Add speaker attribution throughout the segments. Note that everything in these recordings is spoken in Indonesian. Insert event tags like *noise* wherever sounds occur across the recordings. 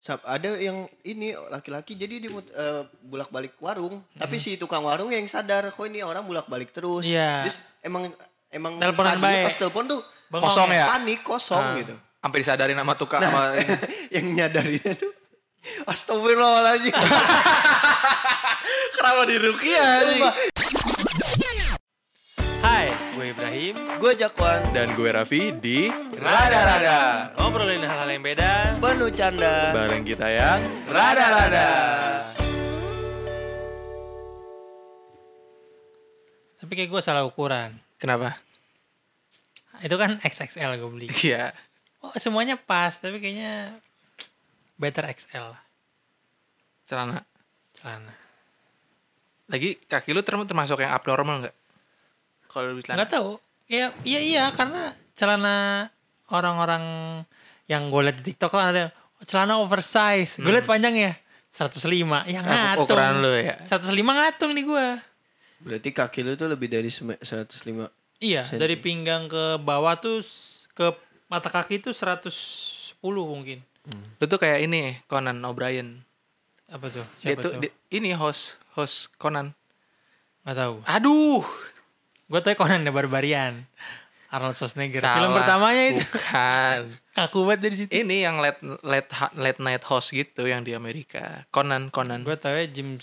Speaker 1: Sab- ada yang ini laki-laki jadi dia bolak-balik warung, tapi si tukang warung yang sadar kok ini orang bolak-balik terus.
Speaker 2: Iya.
Speaker 1: Terus emang emang
Speaker 2: Teleponan
Speaker 1: tadinya
Speaker 2: baik.
Speaker 1: pas telepon tuh
Speaker 2: Bengong
Speaker 3: Kosong ya?
Speaker 1: panik kosong gitu. *laughs*
Speaker 3: Sampai disadarin sama tukang sama ini.
Speaker 1: yang nyadarinya tuh Astagfirullahaladzim.
Speaker 2: Kenapa di
Speaker 1: Sumpah.
Speaker 2: Hai, gue Ibrahim.
Speaker 1: Gue Jakwan
Speaker 3: *laughs* dan gue Raffi di
Speaker 2: Rada-rada. Ngobrolin hal-hal yang beda.
Speaker 1: penuh canda.
Speaker 3: Bareng kita yang
Speaker 2: Rada-rada. Tapi kayak gue salah ukuran.
Speaker 3: Kenapa?
Speaker 2: Itu kan XXL gue beli.
Speaker 3: Iya.
Speaker 2: Oh, semuanya pas, tapi kayaknya better XL lah
Speaker 3: Celana.
Speaker 2: celana.
Speaker 3: Lagi kaki lu term- termasuk yang abnormal nggak? Kalau di celana.
Speaker 2: Nggak tahu. Ya, iya iya karena celana orang-orang yang gue liat di TikTok kan ada celana oversize. Gue liat panjangnya 105. Ya
Speaker 3: Apa
Speaker 2: ngatung.
Speaker 3: ukuran lu ya?
Speaker 2: 105 ngatung nih gue.
Speaker 1: Berarti kaki lu tuh lebih dari sem- 105.
Speaker 2: Iya,
Speaker 1: Senti.
Speaker 2: dari pinggang ke bawah tuh s- ke mata kaki tuh 110 mungkin.
Speaker 3: Lu tuh kayak ini Conan O'Brien.
Speaker 2: Apa tuh?
Speaker 3: Dia
Speaker 2: Siapa
Speaker 3: tuh
Speaker 2: tuh?
Speaker 3: dia- ini host host Conan.
Speaker 2: Nggak tahu.
Speaker 3: Aduh.
Speaker 2: Gue tau Conan the Barbarian. Arnold Schwarzenegger. Film
Speaker 3: Salah.
Speaker 2: pertamanya itu.
Speaker 3: Bukan.
Speaker 2: Kaku banget dari situ.
Speaker 3: ini yang late late late night host gitu yang di Amerika. Conan Conan.
Speaker 2: Gue tau ya James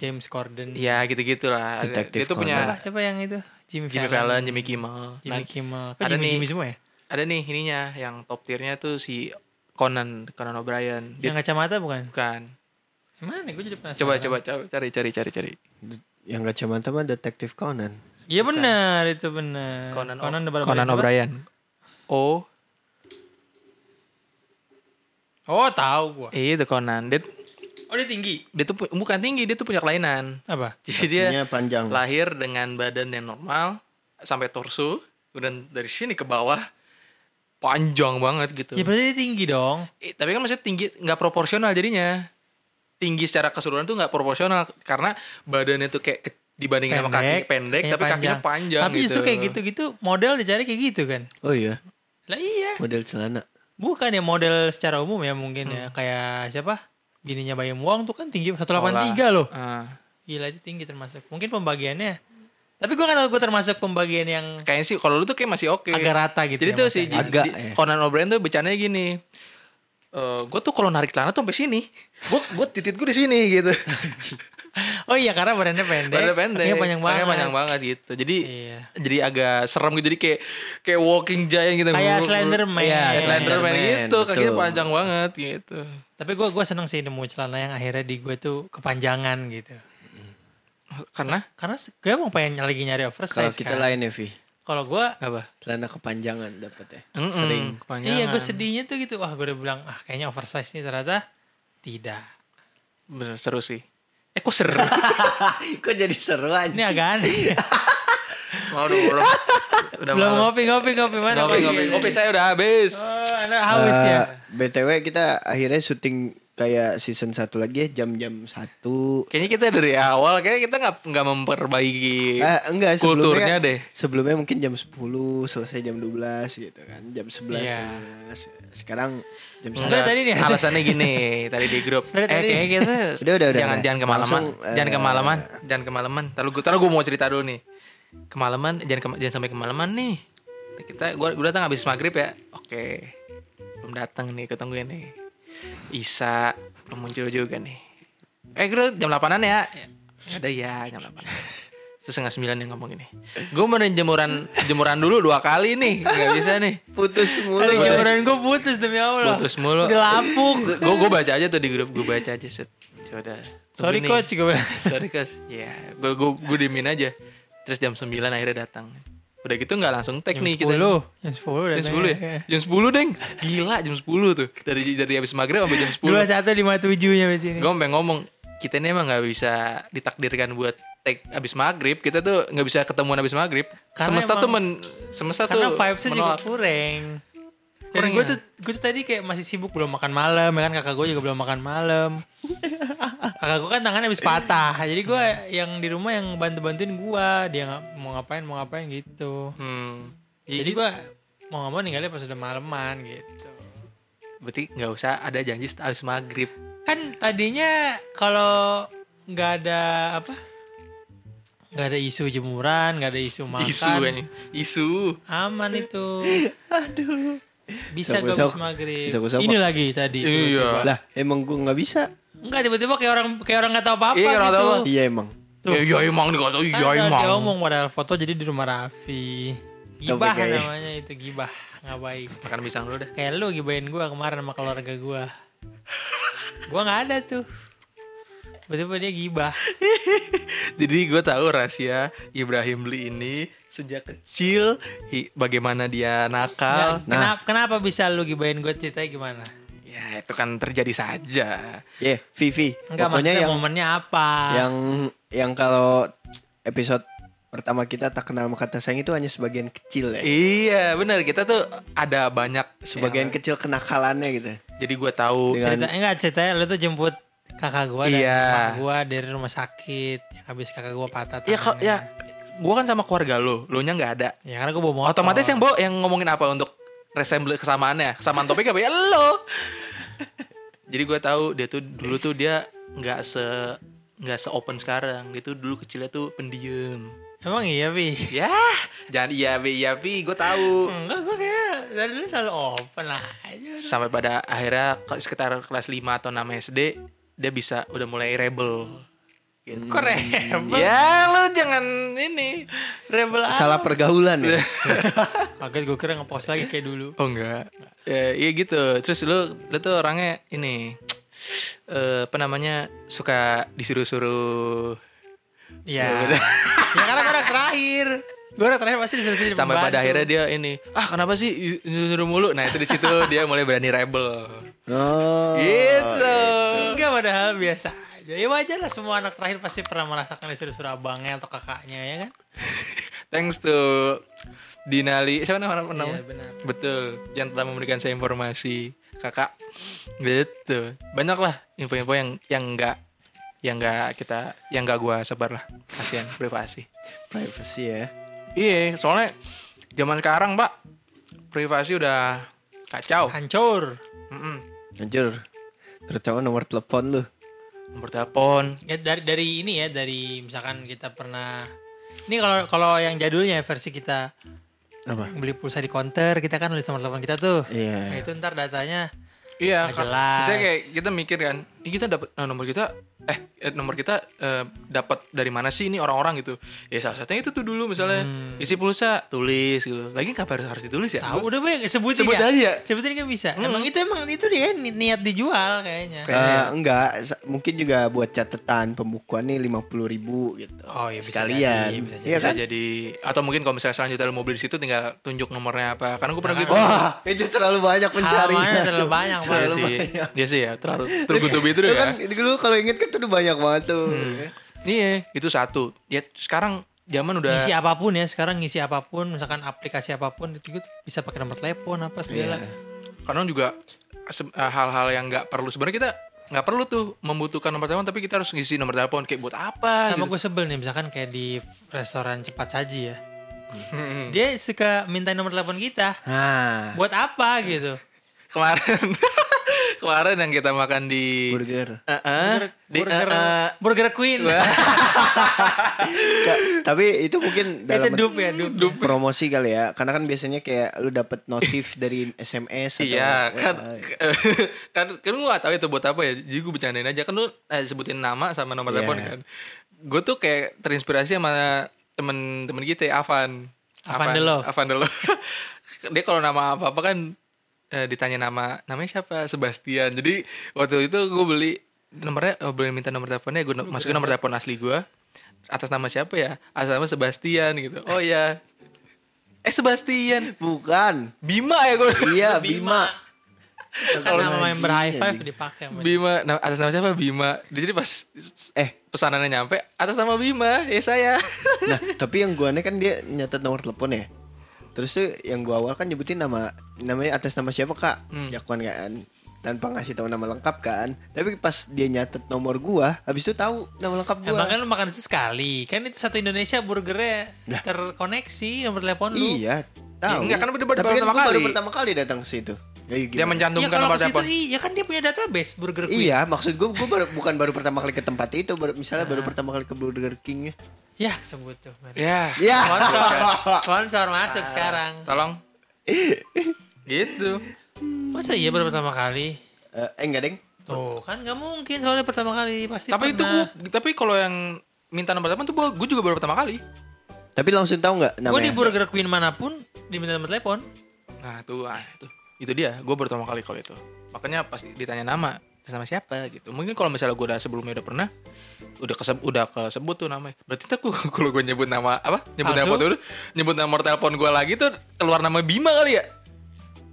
Speaker 2: James Corden.
Speaker 3: Ya gitu-gitulah. Ada-
Speaker 1: Detektif
Speaker 3: Dia tuh
Speaker 2: Siapa,
Speaker 3: punya
Speaker 2: siapa yang itu? Jimmy,
Speaker 3: Jimmy Fallon, Jimmy Kimmel.
Speaker 2: Jimmy
Speaker 3: Nah,
Speaker 2: Kimmel. Kok
Speaker 3: ada
Speaker 2: Jimmy,
Speaker 3: nih-
Speaker 2: Jimmy semua ya?
Speaker 3: ada nih ininya yang top tiernya tuh si Conan Conan O'Brien dia
Speaker 2: Yang kacamata bukan?
Speaker 3: bukan
Speaker 2: Mana? Gue jadi penasaran.
Speaker 3: coba coba coba cari cari cari cari
Speaker 1: Yang kacamata mah detektif Conan.
Speaker 2: Iya benar, itu benar.
Speaker 3: Conan O-
Speaker 2: Conan, the Barbarian.
Speaker 3: Conan
Speaker 2: Apa?
Speaker 3: O'Brien O
Speaker 2: Oh, tahu gua.
Speaker 3: eh, itu Conan dia
Speaker 2: Oh, dia tinggi.
Speaker 3: dia tuh pu- bukan tinggi dia tuh punya kelainan *laughs*
Speaker 2: Apa?
Speaker 3: jadi dia
Speaker 1: Kakinya panjang.
Speaker 3: lahir dengan badan yang normal sampai torso kemudian dari sini ke bawah panjang banget gitu
Speaker 2: Ya berarti dia tinggi dong.
Speaker 3: Eh, tapi kan maksudnya tinggi nggak proporsional jadinya tinggi secara keseluruhan tuh nggak proporsional karena badannya tuh kayak ke- dibandingin sama kaki pendek
Speaker 2: kayak
Speaker 3: tapi kakinya panjang gitu.
Speaker 2: Tapi justru kayak gitu. gitu-gitu model dicari kayak gitu kan.
Speaker 1: Oh iya,
Speaker 2: Lah iya.
Speaker 1: model celana.
Speaker 2: Bukan ya model secara umum ya mungkin
Speaker 3: Hmm.
Speaker 2: ya. Kayak siapa? Bininya Bayam Wong tuh kan tinggi 183 loh.
Speaker 3: Ah.
Speaker 2: Gila itu tinggi termasuk. Mungkin pembagiannya. Tapi gua kan gue termasuk pembagian yang
Speaker 3: kayaknya sih kalau lu tuh kayak masih oke
Speaker 2: agak rata gitu.
Speaker 3: jadi
Speaker 2: ya,
Speaker 3: tuh
Speaker 2: Mas
Speaker 3: si
Speaker 2: ya.
Speaker 3: Ji-
Speaker 1: Agak,
Speaker 3: di-
Speaker 1: ya.
Speaker 3: Conan O'Brien tuh bercandanya gini Eh gue tuh kalau narik celana tuh sampai sini gue gue titik gue di sini gitu
Speaker 2: *laughs*
Speaker 1: *laughs*
Speaker 2: Oh iya karena badannya pendek.
Speaker 3: Badannya pendek
Speaker 2: kakinya panjang banget.
Speaker 3: kakinya panjang banget gitu jadi
Speaker 2: Iya.
Speaker 3: jadi agak serem gitu jadi kayak kayak walking giant gitu
Speaker 2: Kayak Slenderman.
Speaker 3: Iya,
Speaker 2: Iya,
Speaker 3: Slenderman
Speaker 1: Slenderman,
Speaker 3: gitu kakinya
Speaker 1: betul.
Speaker 3: panjang banget gitu
Speaker 2: Tapi gue gua seneng sih nemu celana yang akhirnya di gue tuh kepanjangan gitu.
Speaker 3: karena
Speaker 2: Karena gue emang pengen lagi nyari
Speaker 1: Kalau
Speaker 2: oversize
Speaker 1: kita
Speaker 2: kan.
Speaker 1: lain ya, Vi.
Speaker 2: Kalau gue,
Speaker 3: apa
Speaker 1: Celana kepanjangan dapat ya.
Speaker 3: Mm-mm,
Speaker 1: Sering.
Speaker 3: kepanjangan.
Speaker 2: iya gue sedihnya tuh gitu. Wah gue udah bilang, ah kayaknya oversize nih ternyata tidak.
Speaker 3: bener seru sih eh kok *laughs* seru
Speaker 1: Kok jadi seru
Speaker 2: Ini
Speaker 1: aja?
Speaker 2: agak
Speaker 3: *laughs*
Speaker 2: aneh.
Speaker 3: mau dong *laughs* belum udah
Speaker 2: Belum
Speaker 3: malam.
Speaker 2: ngopi, ngopi, ngopi. Mana
Speaker 3: ngopi ngopi ngopi saya udah habis
Speaker 2: Oh, anda haus
Speaker 1: Eh,
Speaker 2: ya.
Speaker 1: BTW kita akhirnya syuting kayak season 1 lagi ya jam-jam 1.
Speaker 3: Kayaknya kita dari awal kayaknya kita nggak nggak memperbaiki
Speaker 1: Eh, enggak sebelumnya
Speaker 3: Iya. kulturnya
Speaker 1: kan-
Speaker 3: deh.
Speaker 1: Sebelumnya mungkin jam 10, selesai jam 12 gitu kan. Jam 11.
Speaker 2: Iya.
Speaker 1: ya. Sekarang jam
Speaker 2: Enggak,
Speaker 1: 1.
Speaker 3: Nggak,
Speaker 2: tadi nih.
Speaker 1: *laughs*
Speaker 3: Alasannya gini tadi di grup.
Speaker 2: Sebenarnya
Speaker 3: eh
Speaker 2: tadi-
Speaker 3: kayaknya kita
Speaker 1: Udah, udah, udah,
Speaker 3: jangan
Speaker 1: udah.
Speaker 3: jangan kemalaman,
Speaker 1: Langsung, eh,
Speaker 3: jangan kemalaman, jangan kemalaman. Taruh gue taruh gue mau cerita dulu nih. Kemalaman jangan kema- jangan sampai kemalaman nih. Kita gua gua datang habis maghrib ya. Oke. Belum datang nih ketungguin nih. Isa belum muncul juga nih. Eh gue jam 8-an ya. Ada ya jam 8 Terus setengah sembilan yang ngomong ini. Gue mau jemuran jemuran dulu dua kali nih, nggak bisa nih.
Speaker 1: Putus mulu.
Speaker 2: Tadi jemuran gue putus demi Allah.
Speaker 3: Putus mulu.
Speaker 2: Udah lapuk.
Speaker 3: gue gue baca aja tuh di grup gue baca aja set Ya udah
Speaker 2: Sorry
Speaker 3: Tunggu nih.
Speaker 2: coach gue bilang.
Speaker 3: sorry coach ya gue gue gue diemin aja terus jam 9 akhirnya datang udah gitu nggak langsung
Speaker 2: Jam Iya.
Speaker 3: teknik kita
Speaker 2: 10. Jam 10
Speaker 3: jam
Speaker 2: datangnya.
Speaker 3: 10 ya jam 10 deng gila jam 10 tuh dari dari habis maghrib sampai jam 10
Speaker 2: Dua satu lima tujuh ya di sini.
Speaker 3: gue sampai ngomong kita ini emang nggak bisa ditakdirkan buat take abis maghrib kita tuh nggak bisa ketemuan abis maghrib
Speaker 2: Karena
Speaker 3: semesta
Speaker 2: emang-
Speaker 3: tuh men semesta
Speaker 2: Karena
Speaker 3: tuh
Speaker 2: vibesnya juga
Speaker 3: menolak.
Speaker 2: kurang. Dan
Speaker 3: Kurang
Speaker 2: gue
Speaker 3: ya?
Speaker 2: tuh, gue tuh tadi kayak masih sibuk belum makan malam, ya kan kakak gue juga belum makan malam. kakak gue kan tangannya habis patah, jadi gue yang di rumah yang bantu-bantuin gue, dia nggak mau ngapain mau ngapain gitu.
Speaker 3: hmm.
Speaker 2: Jadi gue mau nggak mau ninggalin pas udah maleman gitu.
Speaker 3: berarti nggak usah ada janji set- abis maghrib
Speaker 2: kan tadinya kalau nggak ada apa nggak ada isu jemuran nggak ada isu makan
Speaker 3: isu eh. kayaknya. isu
Speaker 2: aman itu
Speaker 1: Aduh.
Speaker 2: bisa gue
Speaker 1: Besok-besok.
Speaker 2: habis maghrib
Speaker 1: Besok-besok.
Speaker 2: ini lagi tadi
Speaker 3: Iya.
Speaker 1: Lah, emang gue nggak bisa.
Speaker 2: Enggak tiba-tiba kayak orang kayak orang nggak tahu apa-apa
Speaker 3: Iya, nggak
Speaker 2: gitu.
Speaker 3: tahu apa.
Speaker 1: Iya emang.
Speaker 2: Tuh.
Speaker 3: ya, iya emang nih kalau
Speaker 2: Kan
Speaker 3: iya
Speaker 2: udah
Speaker 3: emang
Speaker 2: Dia ngomong padahal foto jadi di rumah Raffi. Gibah
Speaker 1: Tapi kayak-
Speaker 2: namanya itu gibah, nggak baik.
Speaker 3: makan pisang dulu dah
Speaker 2: Kayak lu gibahin gua kemarin sama keluarga gua. gua nggak ada tuh. Tiba-tiba dia gibah.
Speaker 3: Jadi gue tahu rahasia Ibrahim Lee ini sejak kecil hi- bagaimana dia nakal.
Speaker 2: Nggak, kenapa kenapa bisa lu gibahin gua ceritanya gimana?
Speaker 3: Ya itu kan terjadi saja.
Speaker 1: Iya, Vivi.
Speaker 2: Enggak
Speaker 1: Pokoknya
Speaker 2: maksudnya
Speaker 1: yang
Speaker 2: momennya apa?
Speaker 1: yang yang kalau episode pertama kita tak kenal maka tak sayang itu hanya sebagian kecil ya.
Speaker 3: Iya benar kita tuh ada banyak
Speaker 1: Sebagian
Speaker 3: yang-
Speaker 1: kecil kenakalannya gitu.
Speaker 3: Jadi gue tahu.
Speaker 1: Dengan-
Speaker 2: cerita enggak ceritanya lu tuh jemput kakak gua dan
Speaker 3: Iya.
Speaker 2: mama gua dari rumah sakit. Habis kakak gua patah
Speaker 3: Ya kalau
Speaker 2: tangannya.
Speaker 3: ya gue kan sama keluarga lo, lo nya nggak ada.
Speaker 2: Ya karena gue bawa motor.
Speaker 3: Otomatis yang bo yang ngomongin apa untuk resemble kesamaannya, kesamaan topik apa ya lo. Jadi gue tahu dia tuh dulu tuh dia nggak se nggak se open sekarang. Dia tuh dulu kecilnya tuh pendiam.
Speaker 2: Emang iya, Bi?
Speaker 3: Ya, jangan iya bi, iya bi, gue tahu.
Speaker 2: Enggak, gue kayak dari dulu selalu open aja.
Speaker 3: Sampai pada akhirnya ke- sekitar kelas 5 atau 6 SD, dia bisa udah mulai rebel. Gitu.
Speaker 2: Kok rebel?
Speaker 3: Ya, lu jangan ini.
Speaker 2: Rebel
Speaker 1: Salah pergaulan
Speaker 2: *laughs*
Speaker 1: ya.
Speaker 2: Kaget gue kira ngepost lagi kayak dulu.
Speaker 3: Oh enggak. Ya, iya gitu. Terus lu lu tuh orangnya ini eh, apa namanya suka disuruh-suruh
Speaker 2: Iya. *laughs* ya karena gue orang terakhir. Gue orang terakhir pasti disuruh jadi
Speaker 3: sampai
Speaker 2: pembantu.
Speaker 3: pada akhirnya dia ini ah kenapa sih disuruh mulu nah itu di
Speaker 2: *laughs*
Speaker 3: situ dia mulai berani rebel
Speaker 1: Oh. iya.
Speaker 3: gitu
Speaker 2: Enggak padahal biasa aja. Ya wajar lah semua anak terakhir pasti pernah merasakan disuruh-suruh abangnya atau kakaknya ya kan?
Speaker 3: Iya, Thanks to Dinali. Siapa nama nama?
Speaker 2: Iya, benar.
Speaker 3: Betul. Yang telah memberikan saya informasi, Kakak. Gitu. Banyak lah info-info yang yang enggak yang enggak kita yang enggak gua sebar lah. Kasihan privasi.
Speaker 1: Privacy ya.
Speaker 3: Iya, soalnya zaman sekarang, Pak, privasi udah kacau.
Speaker 2: Hancur.
Speaker 3: Mm-mm.
Speaker 1: Anjir. Terutama nomor telepon lu.
Speaker 3: Nomor telepon.
Speaker 2: Ya, dari dari ini ya dari misalkan kita pernah ini kalau kalau yang jadulnya versi kita
Speaker 1: Apa?
Speaker 2: beli pulsa di counter kita kan nulis nomor telepon kita tuh nah
Speaker 1: Iya.
Speaker 2: itu ntar datanya
Speaker 3: Iya,
Speaker 2: Nggak
Speaker 3: Kak.
Speaker 2: jelas.
Speaker 3: Misalnya kayak kita mikir kan, ini kita dapat eh, nomor kita eh eh, nomor kita eh, dapat dari mana sih ini orang-orang gitu. Ya salah satunya itu tuh dulu misalnya
Speaker 1: Hmm.
Speaker 3: isi pulsa, tulis gitu. Lagi kabar harus ditulis ya?
Speaker 2: tahu udah bang sebutin
Speaker 3: Sebut aja. ya? Hmm.
Speaker 2: sebutin kan bisa emang itu emang itu dia ni- niat dijual kayaknya
Speaker 1: Eh, enggak, sa- mungkin juga buat catatan pembukuan nih 50.000 ribu gitu.
Speaker 2: Oh, iya, bisa
Speaker 1: sekalian.
Speaker 2: jadi, bisa jadi.
Speaker 1: Iya
Speaker 3: Bisa
Speaker 1: kan?
Speaker 3: jadi atau mungkin kalau misalnya selanjutnya lu mau beli di situ tinggal tunjuk nomornya apa. Karena gue pernah gitu.
Speaker 1: Nah, Wah, Ah, itu terlalu banyak pencari.
Speaker 2: Halamannya Ah, terlalu banyak
Speaker 3: Iya
Speaker 2: banget
Speaker 3: sih. Iya sih ya,
Speaker 1: *laughs*
Speaker 3: terlalu tergutubi terus
Speaker 1: Lu
Speaker 3: ya.
Speaker 1: kan dulu kalau inget kan tuh udah banyak banget tuh.
Speaker 2: Hmm.
Speaker 3: Iya, itu satu. Ya sekarang zaman udah
Speaker 2: ngisi apapun ya sekarang ngisi apapun misalkan aplikasi apapun itu gitu, bisa pakai nomor telepon apa segala
Speaker 3: karena juga se- eh, hal-hal yang nggak perlu sebenarnya kita nggak perlu tuh membutuhkan nomor telepon tapi kita harus ngisi nomor telepon kayak buat apa
Speaker 2: sama
Speaker 3: gitu.
Speaker 2: gue sebel nih misalkan kayak di restoran cepat saji ya dia suka minta nomor telepon kita
Speaker 1: Nah,
Speaker 2: buat apa gitu
Speaker 3: kemarin *laughs* kemarin yang kita makan di
Speaker 1: burger.
Speaker 3: Eh, eh, di
Speaker 2: burger
Speaker 3: eh, eh.
Speaker 2: burger queen
Speaker 1: Ka- tapi itu mungkin
Speaker 2: itu
Speaker 1: dalam
Speaker 2: dup ya dup
Speaker 1: promosi kali ya. Karena kan biasanya kayak lu dapet notif dari SMS atau Iya.
Speaker 3: Iya kan *laughs* kan kan gue gak tahu itu buat apa ya jadi gue bercandain aja kan lu eh, sebutin nama sama nomor
Speaker 1: Iya.
Speaker 3: telepon kan gue tuh kayak terinspirasi sama temen-temen kita ya, Avan
Speaker 2: Avan Delov.
Speaker 3: Avan Delov. *laughs* dia kalau nama apa apa kan eh, ditanya nama namanya siapa Sebastian jadi waktu itu gue beli nomornya oh, boleh minta nomor teleponnya gue masukin nomor telepon asli gue atas nama siapa ya atas nama Sebastian gitu oh
Speaker 1: *laughs*
Speaker 3: ya eh Sebastian
Speaker 1: bukan.
Speaker 3: Bima ya gue
Speaker 1: Iya, Bima.
Speaker 2: kan nama member high five dipakai sama dia.
Speaker 3: Bima na- atas nama siapa Bima jadi pas s-
Speaker 1: Eh,
Speaker 3: pesanannya nyampe atas nama Bima ya
Speaker 2: *laughs*
Speaker 3: saya
Speaker 1: nah, tapi yang gua aneh kan dia nyatet nomor telepon ya. Terus tuh yang gua awal kan nyebutin nama namanya atas nama siapa, Kak? Jakuan kan tanpa ngasih tahu nama lengkap kan. Tapi pas dia nyatet nomor gua, habis itu tahu nama lengkap gua.
Speaker 2: Emang kan lu makan itu sekali Kan itu satu Indonesia burgernya terkoneksi nomor telepon lu
Speaker 1: Iya, tahu.
Speaker 3: Iya, enggak, kan udah baru-
Speaker 1: Tapi
Speaker 3: baru
Speaker 1: kan
Speaker 3: pertama
Speaker 1: gua baru
Speaker 3: kali.
Speaker 1: pertama kali datang ke situ. Ya, ya
Speaker 3: Dia
Speaker 1: gimana?
Speaker 2: Iya
Speaker 3: mencantumkan
Speaker 2: kalau
Speaker 3: nomor
Speaker 2: ke situ
Speaker 3: telepon.
Speaker 2: iya kan dia punya database Burger King.
Speaker 1: *laughs* Iya, maksud gue gue baru, bukan baru pertama kali ke tempat itu, baru, misalnya
Speaker 2: Ah.
Speaker 1: baru pertama kali ke Burger King ya.
Speaker 2: Ya sebut tuh. Mari.
Speaker 3: Ya,
Speaker 2: Iya.
Speaker 1: Ya.
Speaker 2: Sponsor, sponsor masuk sekarang. *laughs*
Speaker 3: tolong. gitu.
Speaker 2: Masa iya baru pertama kali?
Speaker 1: Eh, enggak, Deng.
Speaker 2: Tuh kan nggak mungkin soalnya pertama kali pasti.
Speaker 3: tapi itu
Speaker 2: pernah.
Speaker 3: gue, tapi kalau yang minta nomor telepon tuh gue juga baru pertama kali.
Speaker 1: Tapi langsung tahu nggak
Speaker 2: Gue di
Speaker 1: namanya?
Speaker 2: Burger Queen manapun diminta nomor telepon.
Speaker 3: Nah tuh, ah, itu, itu dia. Gue baru pertama kali kalau itu. Makanya pas ditanya nama sama siapa gitu. Mungkin kalau misalnya gue udah sebelumnya udah pernah, udah kesebut, udah kesebut tuh namanya. Berarti ntar gua- *laughs* kalau gue nyebut nama apa? Nyebut
Speaker 2: Palsu?
Speaker 3: nama telepon, nyebut nomor telepon gue lagi tuh keluar nama Bima *laughs* kali ya?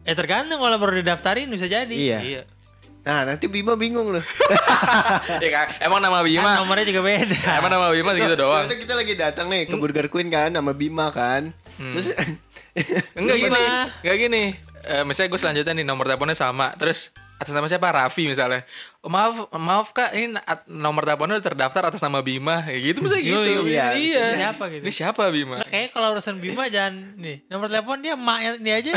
Speaker 2: Eh tergantung kalau baru didaftarin bisa jadi.
Speaker 1: Iya.
Speaker 3: Iya.
Speaker 1: Nah, nanti Bima bingung
Speaker 2: *laughs*
Speaker 1: loh.
Speaker 3: Iya kan? Emang nama
Speaker 2: Kan
Speaker 3: Bima?
Speaker 2: nomornya juga beda.
Speaker 3: Emang nama Bima gitu doang?
Speaker 1: Ternyata kita lagi datang nih
Speaker 2: Hmm.
Speaker 1: ke Burger Queen kan sama Bima kan. Terus
Speaker 2: *laughs*
Speaker 3: Enggak gini,
Speaker 2: Bima.
Speaker 3: enggak gini. Eh, misalnya gue selanjutnya nih nomor teleponnya sama, terus atas nama siapa Raffi misalnya. Oh, maaf, maaf kak, ini na- at- nomor teleponnya udah terdaftar atas nama Bima, kayak gitu misalnya gitu.
Speaker 2: Iya, iya.
Speaker 3: iya.
Speaker 2: Ini siapa gitu.
Speaker 3: Ini siapa Bima? *laughs*
Speaker 2: Nah, kayaknya kalau urusan Bima jangan nih nomor telepon dia emaknya dia aja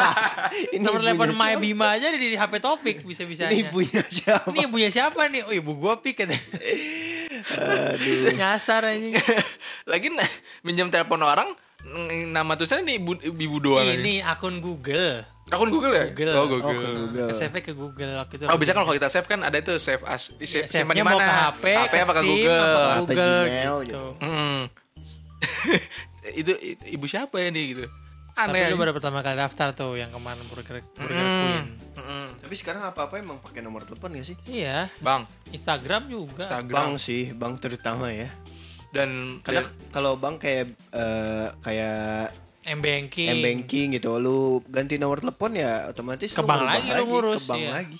Speaker 1: *laughs* ini
Speaker 2: nomor telepon
Speaker 1: ibunya
Speaker 2: emaknya Bima aja di, di HP topik bisa
Speaker 1: siapa?
Speaker 2: bisanya
Speaker 1: Ini ibunya
Speaker 2: Iya.
Speaker 1: siapa?
Speaker 2: ini ibunya siapa nih oh ibu gua pik kata nyasar anjing
Speaker 3: Lagi nah, minjem telepon orang n- nama tulisannya di ibu, ibu doang.
Speaker 2: ini akun Google
Speaker 3: Akun Google ya?
Speaker 2: Google.
Speaker 3: Oh, Google.
Speaker 2: Hmm.
Speaker 1: Oh, Google.
Speaker 2: save ke Google waktu itu
Speaker 3: Oh, bisa kalau kita save kan ada itu save as save,
Speaker 2: save
Speaker 3: simpan di
Speaker 2: Iya, mau
Speaker 3: mana?
Speaker 2: ke HP
Speaker 3: HP apa Iya, ke
Speaker 2: SIM,
Speaker 3: Google?
Speaker 2: apa ke
Speaker 1: Apa
Speaker 2: Google
Speaker 1: Gmail
Speaker 2: gitu.
Speaker 1: gitu.
Speaker 3: Hmm. *laughs* itu, itu ibu siapa ya nih gitu.
Speaker 2: tapi lu
Speaker 3: Aneh.
Speaker 2: baru pertama kali daftar tuh yang kemarin Burger, Burger Queen
Speaker 3: Mm.
Speaker 2: Hmm.
Speaker 3: Mm-mm.
Speaker 1: Tapi sekarang apa-apa emang pakai nomor telepon gak sih?
Speaker 2: iya
Speaker 3: Bang,
Speaker 2: Instagram juga
Speaker 1: Bank
Speaker 3: Instagram
Speaker 1: sih, bank terutama ya.
Speaker 3: dan
Speaker 1: Karena kalau bank kayak eh, kayak
Speaker 2: M banking
Speaker 1: m banking gitu, lu ganti nomor telepon ya otomatis
Speaker 2: Ke
Speaker 1: lu
Speaker 2: bank
Speaker 1: berubah
Speaker 2: lagi lu ngurus,
Speaker 1: ke bank
Speaker 2: iya.
Speaker 1: lagi.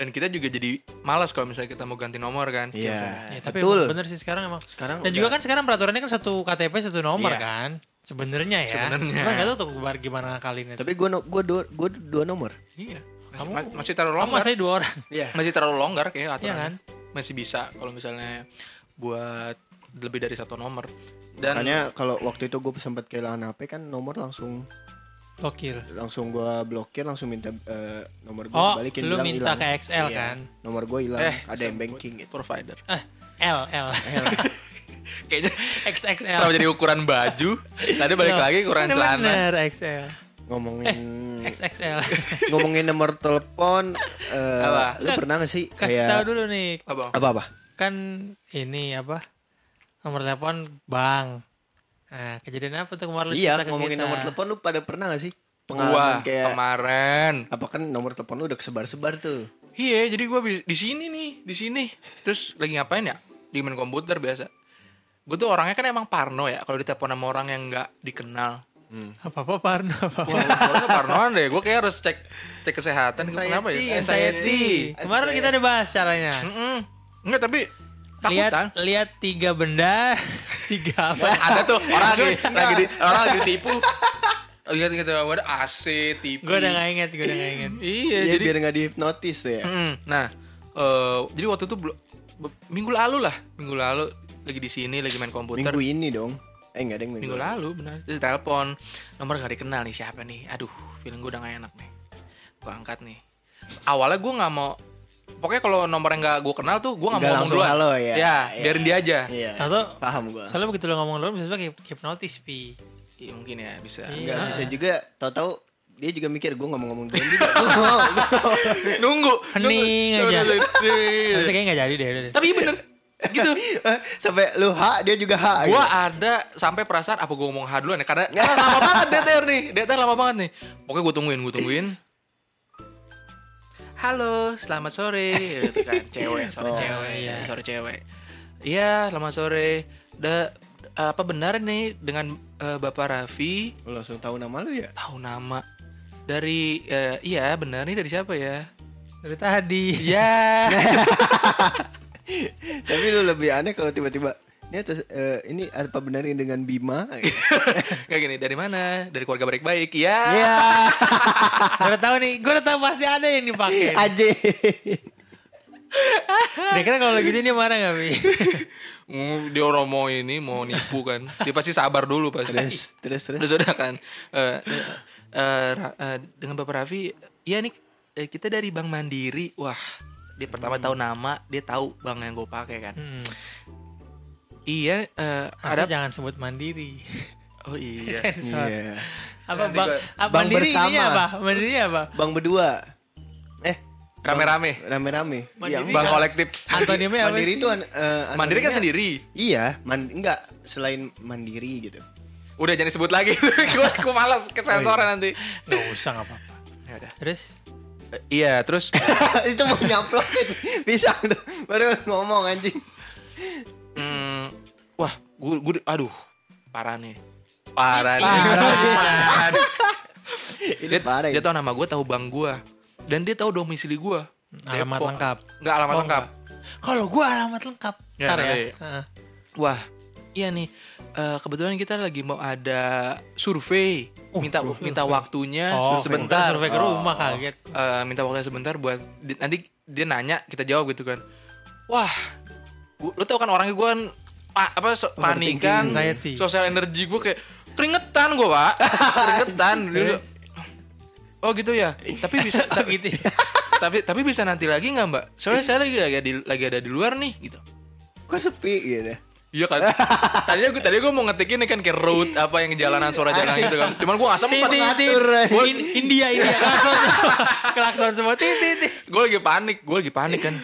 Speaker 3: dan kita juga jadi malas kalau misalnya kita mau ganti nomor kan.
Speaker 1: Iya.
Speaker 2: Ya, tapi
Speaker 1: betul.
Speaker 2: emang bener sih sekarang emang.
Speaker 1: Sekarang
Speaker 2: Dan juga kan sekarang peraturannya kan satu KTP satu nomor
Speaker 1: Iya.
Speaker 2: kan. Sebenarnya ya.
Speaker 3: Sebenarnya.
Speaker 2: Cuman nggak tahu tuh gua- gimana ngakalinnya.
Speaker 1: tapi gua no, gua dua, gua dua nomor.
Speaker 3: Iya. Masih,
Speaker 2: Kamu-
Speaker 3: ma- masih terlalu
Speaker 2: kamu
Speaker 3: longgar.
Speaker 2: masih dua orang. *laughs*
Speaker 1: Iya.
Speaker 3: Masih terlalu longgar kayaknya
Speaker 2: Iya
Speaker 3: aturannya.
Speaker 2: kan?
Speaker 3: Masih bisa kalau misalnya buat lebih dari satu nomor. Dan
Speaker 1: Makanya kalau waktu itu gue sempat kehilangan HP kan nomor langsung
Speaker 2: Gokil.
Speaker 1: langsung gua blokir langsung minta eh, nomor gue
Speaker 2: Oh,
Speaker 1: balikin
Speaker 2: lu
Speaker 1: bilang
Speaker 2: minta
Speaker 1: hilang.
Speaker 2: ke XL
Speaker 1: Iya,
Speaker 2: kan?
Speaker 1: Nomor gue hilang,
Speaker 3: Eh,
Speaker 1: ada
Speaker 3: sebut
Speaker 1: yang banking gitu.
Speaker 3: provider.
Speaker 2: Eh, L L. *laughs*
Speaker 3: Kayaknya
Speaker 2: XXL.
Speaker 3: kenapa jadi ukuran
Speaker 2: *laughs*
Speaker 3: baju? Tadi balik
Speaker 2: Loh,
Speaker 3: lagi ukuran
Speaker 2: bener-
Speaker 3: celana.
Speaker 2: Bener XL.
Speaker 1: Ngomongin
Speaker 2: Eh, XXL.
Speaker 1: Iya. ngomongin nomor telepon eh,
Speaker 3: Apa?
Speaker 1: lu pernah gak sih
Speaker 2: Kan, Kasih
Speaker 1: kayak
Speaker 2: tahu dulu nih.
Speaker 3: Apa, Bang?
Speaker 1: apa-apa?
Speaker 2: Kan ini apa? Nomor telepon Bang. Nah, kejadian apa tuh kemarin lu
Speaker 1: Iya,
Speaker 2: cerita ke
Speaker 1: ngomongin
Speaker 2: kita?
Speaker 1: nomor telepon lu pada pernah gak sih
Speaker 3: Gua
Speaker 1: pengalaman kayak
Speaker 3: kemarin.
Speaker 1: apa kan nomor telepon lu udah kesebar-sebar tuh.
Speaker 3: Iya, jadi gue di sini nih, di sini. Terus lagi ngapain ya? Di main komputer biasa. Gue tuh orangnya kan emang parno ya, kalau ditelepon sama orang yang nggak dikenal.
Speaker 2: Apa-apa Parno, apa-apa.
Speaker 3: Wah, orangnya parnoan deh. Gue kayak harus cek cek kesehatan. Kenapa ya?
Speaker 2: Iya, Anxiety,
Speaker 3: Anxiety.
Speaker 2: anxiety. Kemarin kita udah bahas caranya.
Speaker 3: Mm-mm. Enggak, tapi
Speaker 2: Lihat
Speaker 3: takutan.
Speaker 2: lihat tiga benda, kan? *laughs* tiga apa?
Speaker 3: Ada tuh orang lagi lagi di, orang lagi ditipu. Lihat gitu, ada AC, tipu.
Speaker 2: Gue udah gak inget, gue udah gak inget.
Speaker 3: Iya,
Speaker 1: Iya,
Speaker 3: jadi
Speaker 1: biar nggak dihipnotis tuh ya.
Speaker 3: Mm-mm. Nah, eh, jadi waktu itu bel- be- minggu lalu lah, minggu lalu lagi di sini lagi main komputer.
Speaker 1: Minggu ini dong. Eh enggak ada yang minggu.
Speaker 3: Minggu lalu benar. Terus telepon, nomor gak dikenal nih siapa nih. Aduh, feeling gue udah gak enak nih. Gue angkat nih. Awalnya gue nggak mau Pokoknya kalau nomor yang gak gue kenal tuh gue gak
Speaker 1: Nggak
Speaker 3: mau ngomong
Speaker 1: langsung
Speaker 3: duluan.
Speaker 1: halo ya.
Speaker 3: Ya,
Speaker 1: Iya.
Speaker 3: biarin dia aja.
Speaker 1: Iya.
Speaker 2: Tahu
Speaker 1: Paham gua.
Speaker 2: soalnya begitu lo ngomong lo bisa kayak hipnotis pi.
Speaker 3: Iya, mungkin ya bisa.
Speaker 1: Enggak
Speaker 2: Iya.
Speaker 1: bisa juga tahu-tahu dia juga mikir gue ngomong-ngomong gini juga. Gua mau, gua mau.
Speaker 3: Nunggu.
Speaker 2: Hening
Speaker 3: nunggu.
Speaker 2: aja.
Speaker 3: Tapi-
Speaker 2: Tapi kayaknya gak jadi deh. udah deh.
Speaker 3: Tapi iya bener. Gitu.
Speaker 1: *laughs* *laughs* Sampai lu H dia juga H.
Speaker 3: Gue ada sampai perasaan apa gue ngomong H duluan ya karena, karena lama banget DTR nih. DTR lama banget nih. Pokoknya gue tungguin, gue tungguin. Halo, selamat *laughs* sore. Gitu kan, cewek, sore
Speaker 1: Oh,
Speaker 3: cewek,
Speaker 2: iya.
Speaker 3: sore cewek. Iya, selamat sore. Da, apa benar nih dengan eh, Bapak Raffi
Speaker 1: Gitu. Lu langsung tahu nama lu ya?
Speaker 3: tahu nama dari eh, iya benar nih dari siapa ya?
Speaker 2: Dari tadi. *laughs*
Speaker 3: Iya.
Speaker 1: Tapi lu lebih aneh kalau tiba-tiba ini atas, eh, ini apa benar ini dengan Bima? *laughs*
Speaker 3: Kayak gini, dari mana? Dari keluarga baik-baik. Iya.
Speaker 1: Iya.
Speaker 2: Gue udah tahu nih, gue udah tahu pasti ada yang dipakai.
Speaker 1: Aje.
Speaker 2: Kira-kira kalau gitu dia marah gak *laughs* pi?
Speaker 3: Mm, Dia orang mau ini, mau nipu kan. Dia pasti sabar dulu pasti.
Speaker 1: Terus terus terus.
Speaker 3: Terus udah kan eh, eh, eh, Ra- eh, dengan Bapak Raffi Iya nih eh, kita dari Bank Mandiri. Wah, dia pertama tahu nama, dia tahu bank yang gue pakai kan.
Speaker 2: Hmm.
Speaker 3: Iya, eh,
Speaker 2: Ada
Speaker 3: ada.
Speaker 2: jangan sebut mandiri.
Speaker 3: Oh
Speaker 2: *laughs*
Speaker 3: iya.
Speaker 2: Sensor.
Speaker 1: Iya.
Speaker 2: Kan, Apa
Speaker 3: Nanti
Speaker 2: bang?
Speaker 3: gua-
Speaker 2: Apa
Speaker 1: Bang
Speaker 2: mandiri ini
Speaker 1: bersama.
Speaker 2: apa? Mandiri apa?
Speaker 1: Bang berdua. Eh,
Speaker 3: Rame-rame.
Speaker 1: rame-rame. Iya,
Speaker 2: Mandiri.
Speaker 3: Bank
Speaker 2: kan-
Speaker 3: kolektif.
Speaker 2: Antonimnya apa
Speaker 1: Mandiri
Speaker 2: sih?
Speaker 1: itu an- eh,
Speaker 3: Mandiri kan
Speaker 1: anonimnya-
Speaker 3: sendiri.
Speaker 1: Iya, man- enggak selain mandiri gitu.
Speaker 3: Udah jangan disebut lagi. *laughs* gue gue malas kesensoran nanti. Ya
Speaker 2: Nggak usah nggak apa-apa. Terus?
Speaker 3: Eh, iya, terus *laughs*
Speaker 1: *laughs* itu mau nyaplokin pisang tuh. Baru ngomong anjing.
Speaker 3: Hmm, wah, gue, gue, aduh, parah nih. Parah nih.
Speaker 2: Parah.
Speaker 1: Ini
Speaker 3: dia,
Speaker 1: parah.
Speaker 3: dia
Speaker 1: ini.
Speaker 3: tahu nama gue, tahu bank gue, dan dia tahu domisili gue.
Speaker 2: Alamat
Speaker 3: Depok.
Speaker 2: lengkap.
Speaker 3: Nggak alamat
Speaker 2: Oh,
Speaker 3: lengkap.
Speaker 2: Kalau gua alamat lengkap.
Speaker 3: Ya,
Speaker 2: Ntar ya.
Speaker 3: nanti.
Speaker 2: Heeh.
Speaker 3: Wah, iya nih. eh, kebetulan kita lagi mau ada survei.
Speaker 2: Uh,
Speaker 3: Minta
Speaker 2: uh,
Speaker 3: minta
Speaker 2: survei.
Speaker 3: waktunya
Speaker 2: Oh,
Speaker 3: sebentar.
Speaker 2: survei ke rumah, kaget.
Speaker 3: Eh, minta waktunya sebentar buat di- nanti dia nanya, kita jawab gitu kan. Wah, gua, lo tau kan orangnya gue kan pa- apa so-
Speaker 1: Overthinking,
Speaker 3: panikan,
Speaker 2: anxiety.
Speaker 3: sosial energi gue kayak keringetan gue
Speaker 2: *laughs*
Speaker 3: pak, keringetan. Dia bilang, oh gitu ya. Tapi bisa
Speaker 2: *laughs* Oh, gitu. ya.
Speaker 3: tapi tapi bisa nanti lagi nggak mbak? Soalnya saya lagi lagi, ada di, lagi ada di luar nih gitu.
Speaker 1: Kok sepi gitu.
Speaker 3: Iya kan. tadinya gue tadi gue mau ngetikin nih kan kayak road apa yang jalanan suara jalanan gitu kan. Cuman gue gak sempet.
Speaker 2: Titi, titi.
Speaker 1: ngatur, eh.
Speaker 2: In- India, India. Klakson semua. Klakson semua. Titi, titi.
Speaker 3: Gue lagi panik, gue lagi panik kan.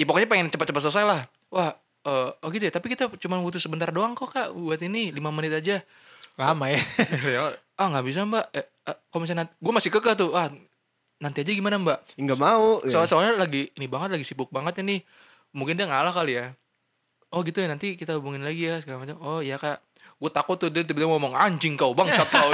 Speaker 3: Ya pokoknya pengen cepat-cepat selesai lah. Wah, eh, oh gitu ya. Tapi kita cuma butuh sebentar doang kok kak buat ini 5 menit aja.
Speaker 2: Lama ya.
Speaker 3: Ah nggak bisa mbak. Eh, eh, kalau misalnya gue masih kekeh tuh. Ah nanti aja gimana mbak?
Speaker 1: Enggak mau.
Speaker 2: Iya.
Speaker 1: ya.
Speaker 3: Soal soalnya lagi ini banget lagi sibuk banget ini. Mungkin dia ngalah kali ya. Oh gitu ya nanti kita hubungin lagi ya segala macam. Oh iya kak. Gue takut tuh dia tiba-tiba ngomong anjing kau bangsat kau.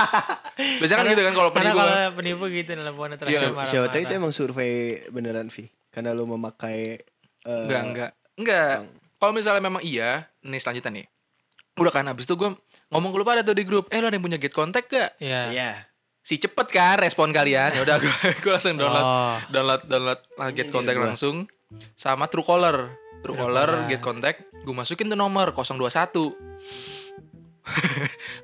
Speaker 2: *laughs*
Speaker 3: Biasanya kan gitu kan kalau
Speaker 2: Karena
Speaker 3: penipu
Speaker 2: kalau
Speaker 3: kan.
Speaker 2: penipu gitu nelfonnya
Speaker 3: Iya,
Speaker 2: terakhir
Speaker 1: Siapa tahu itu
Speaker 2: marah-marah. kan.
Speaker 1: emang survei beneran Vi. Karena lu memakai eh,
Speaker 3: Enggak enggak enggak. Kalau misalnya memang iya, nih selanjutnya nih. Udah kan abis itu gue ngomong ke lu pada tuh di grup. Eh lo ada yang punya get contact gak?
Speaker 2: Iya.
Speaker 1: Iya.
Speaker 3: Si cepet kan respon kalian. Ya udah gue gue langsung download
Speaker 2: Oh.
Speaker 3: download download
Speaker 2: Iya,
Speaker 3: uh, get contact langsung sama Truecaller. Truecaller get contact gue masukin tuh nomor 021. *laughs*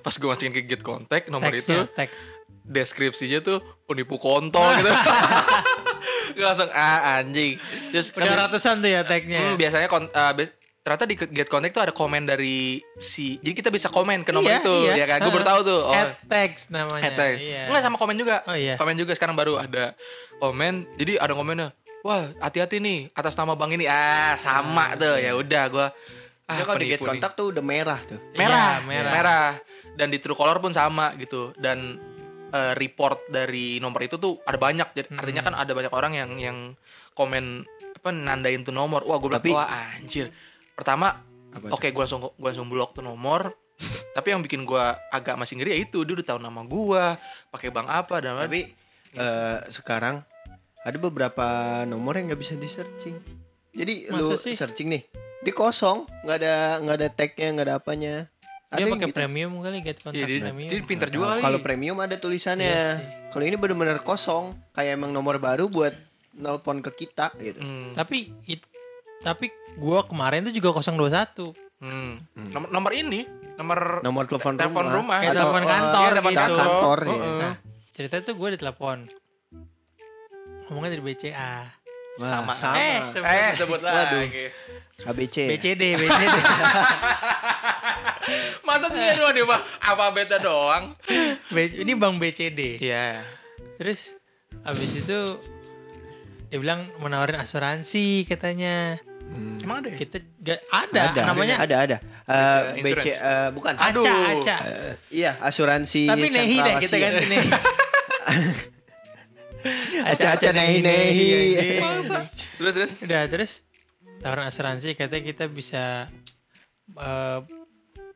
Speaker 3: Pas gue masukin ke get contact nomor itu
Speaker 2: Teksnya, teks.
Speaker 3: deskripsinya tuh penipu kontol gitu. *laughs* gue langsung ah anjing. Terus
Speaker 2: Udah
Speaker 3: kan-
Speaker 2: ratusan tuh ya tagnya.
Speaker 3: Hmm, biasanya kon- eh, bias- ternyata di get contact tuh ada komen dari si jadi kita bisa komen ke nomor itu ya kan gue baru tahu tuh oh
Speaker 2: Iya, Ah. At text namanya.
Speaker 3: hashtag
Speaker 2: Iya.
Speaker 3: nggak sama komen juga
Speaker 1: Ya.
Speaker 2: Oh, iya.
Speaker 3: komen juga sekarang baru ada komen jadi ada komennya wah hati-hati nih atas nama bang ini ah sama tuh ya udah gue
Speaker 1: iya.
Speaker 3: ah
Speaker 1: Dia kalau di get
Speaker 3: penipu nih.
Speaker 1: kontak tuh udah merah tuh.
Speaker 3: merah,
Speaker 2: Iya, merah.
Speaker 3: merah dan di true color pun sama gitu dan eh, report dari nomor itu tuh ada banyak jadi
Speaker 1: Hmm.
Speaker 3: artinya kan ada banyak orang yang yang komen apa nandain tuh nomor wah gue bilang
Speaker 1: Tapi-
Speaker 3: wah anjir pertama
Speaker 1: Apa
Speaker 3: oke gue langsung gue langsung blok tuh nomor tapi yang bikin gue agak masih ngeri ya itu dia udah tahu nama gue pakai bank apa dan
Speaker 1: Tapi eh, sekarang ada beberapa nomor yang nggak bisa di searching. Jadi
Speaker 2: Masa
Speaker 1: lu
Speaker 2: sih?
Speaker 1: searching nih, di kosong, nggak ada nggak ada tagnya, nggak ada apanya.
Speaker 2: Dia
Speaker 1: yang
Speaker 2: pakai
Speaker 1: gitu.
Speaker 2: premium kali get
Speaker 3: Iya,
Speaker 2: kontak
Speaker 3: dia,
Speaker 2: premium.
Speaker 3: dia pinter
Speaker 1: Nah,
Speaker 3: juga kali
Speaker 1: Kalau premium ada tulisannya.
Speaker 2: Iya
Speaker 1: Kalau ini benar-benar kosong, kayak emang nomor baru buat nelpon ke kita gitu.
Speaker 3: Hmm,
Speaker 2: Tapi it- tapi gua kemarin tuh juga 021.
Speaker 3: hmm. Nomor, nomor ini nomor
Speaker 1: Nomor telepon rumah.
Speaker 3: telepon rumah,
Speaker 2: Eh, telepon
Speaker 1: oh,
Speaker 2: kantor
Speaker 1: iya, telepon
Speaker 2: gitu.
Speaker 1: kantor
Speaker 3: Oh,
Speaker 1: ya.
Speaker 3: eh.
Speaker 2: Nah, cerita tuh gua ditelepon. Ngomongnya dari BCA.
Speaker 1: Wah,
Speaker 3: Sama.
Speaker 1: sama.
Speaker 2: Eh, sebut-
Speaker 3: eh sebut
Speaker 1: Waduh.
Speaker 3: lagi
Speaker 1: HBC.
Speaker 2: BCD, BCD.
Speaker 3: Masa sih lu ada apa, apa beta doang?
Speaker 2: *laughs* B- ini Bang BCD.
Speaker 3: Iya.
Speaker 2: Terus habis itu dia bilang mau nawarin asuransi katanya.
Speaker 3: Emang ada ya?
Speaker 2: Kita gak ada,
Speaker 1: ada,
Speaker 2: namanya
Speaker 1: ada ada. Eh, BC
Speaker 3: insurance.
Speaker 1: eh, bukan.
Speaker 3: Aduh.
Speaker 2: Aca, Aca.
Speaker 1: Iya, asuransi
Speaker 2: Tapi Nehi deh
Speaker 1: Sentral
Speaker 2: kita
Speaker 1: Asia.
Speaker 2: ganti Nehi.
Speaker 1: Aca-aca nehi-nehi.
Speaker 2: Masa?
Speaker 3: Terus terus.
Speaker 2: Udah terus tawaran asuransi katanya kita bisa eh,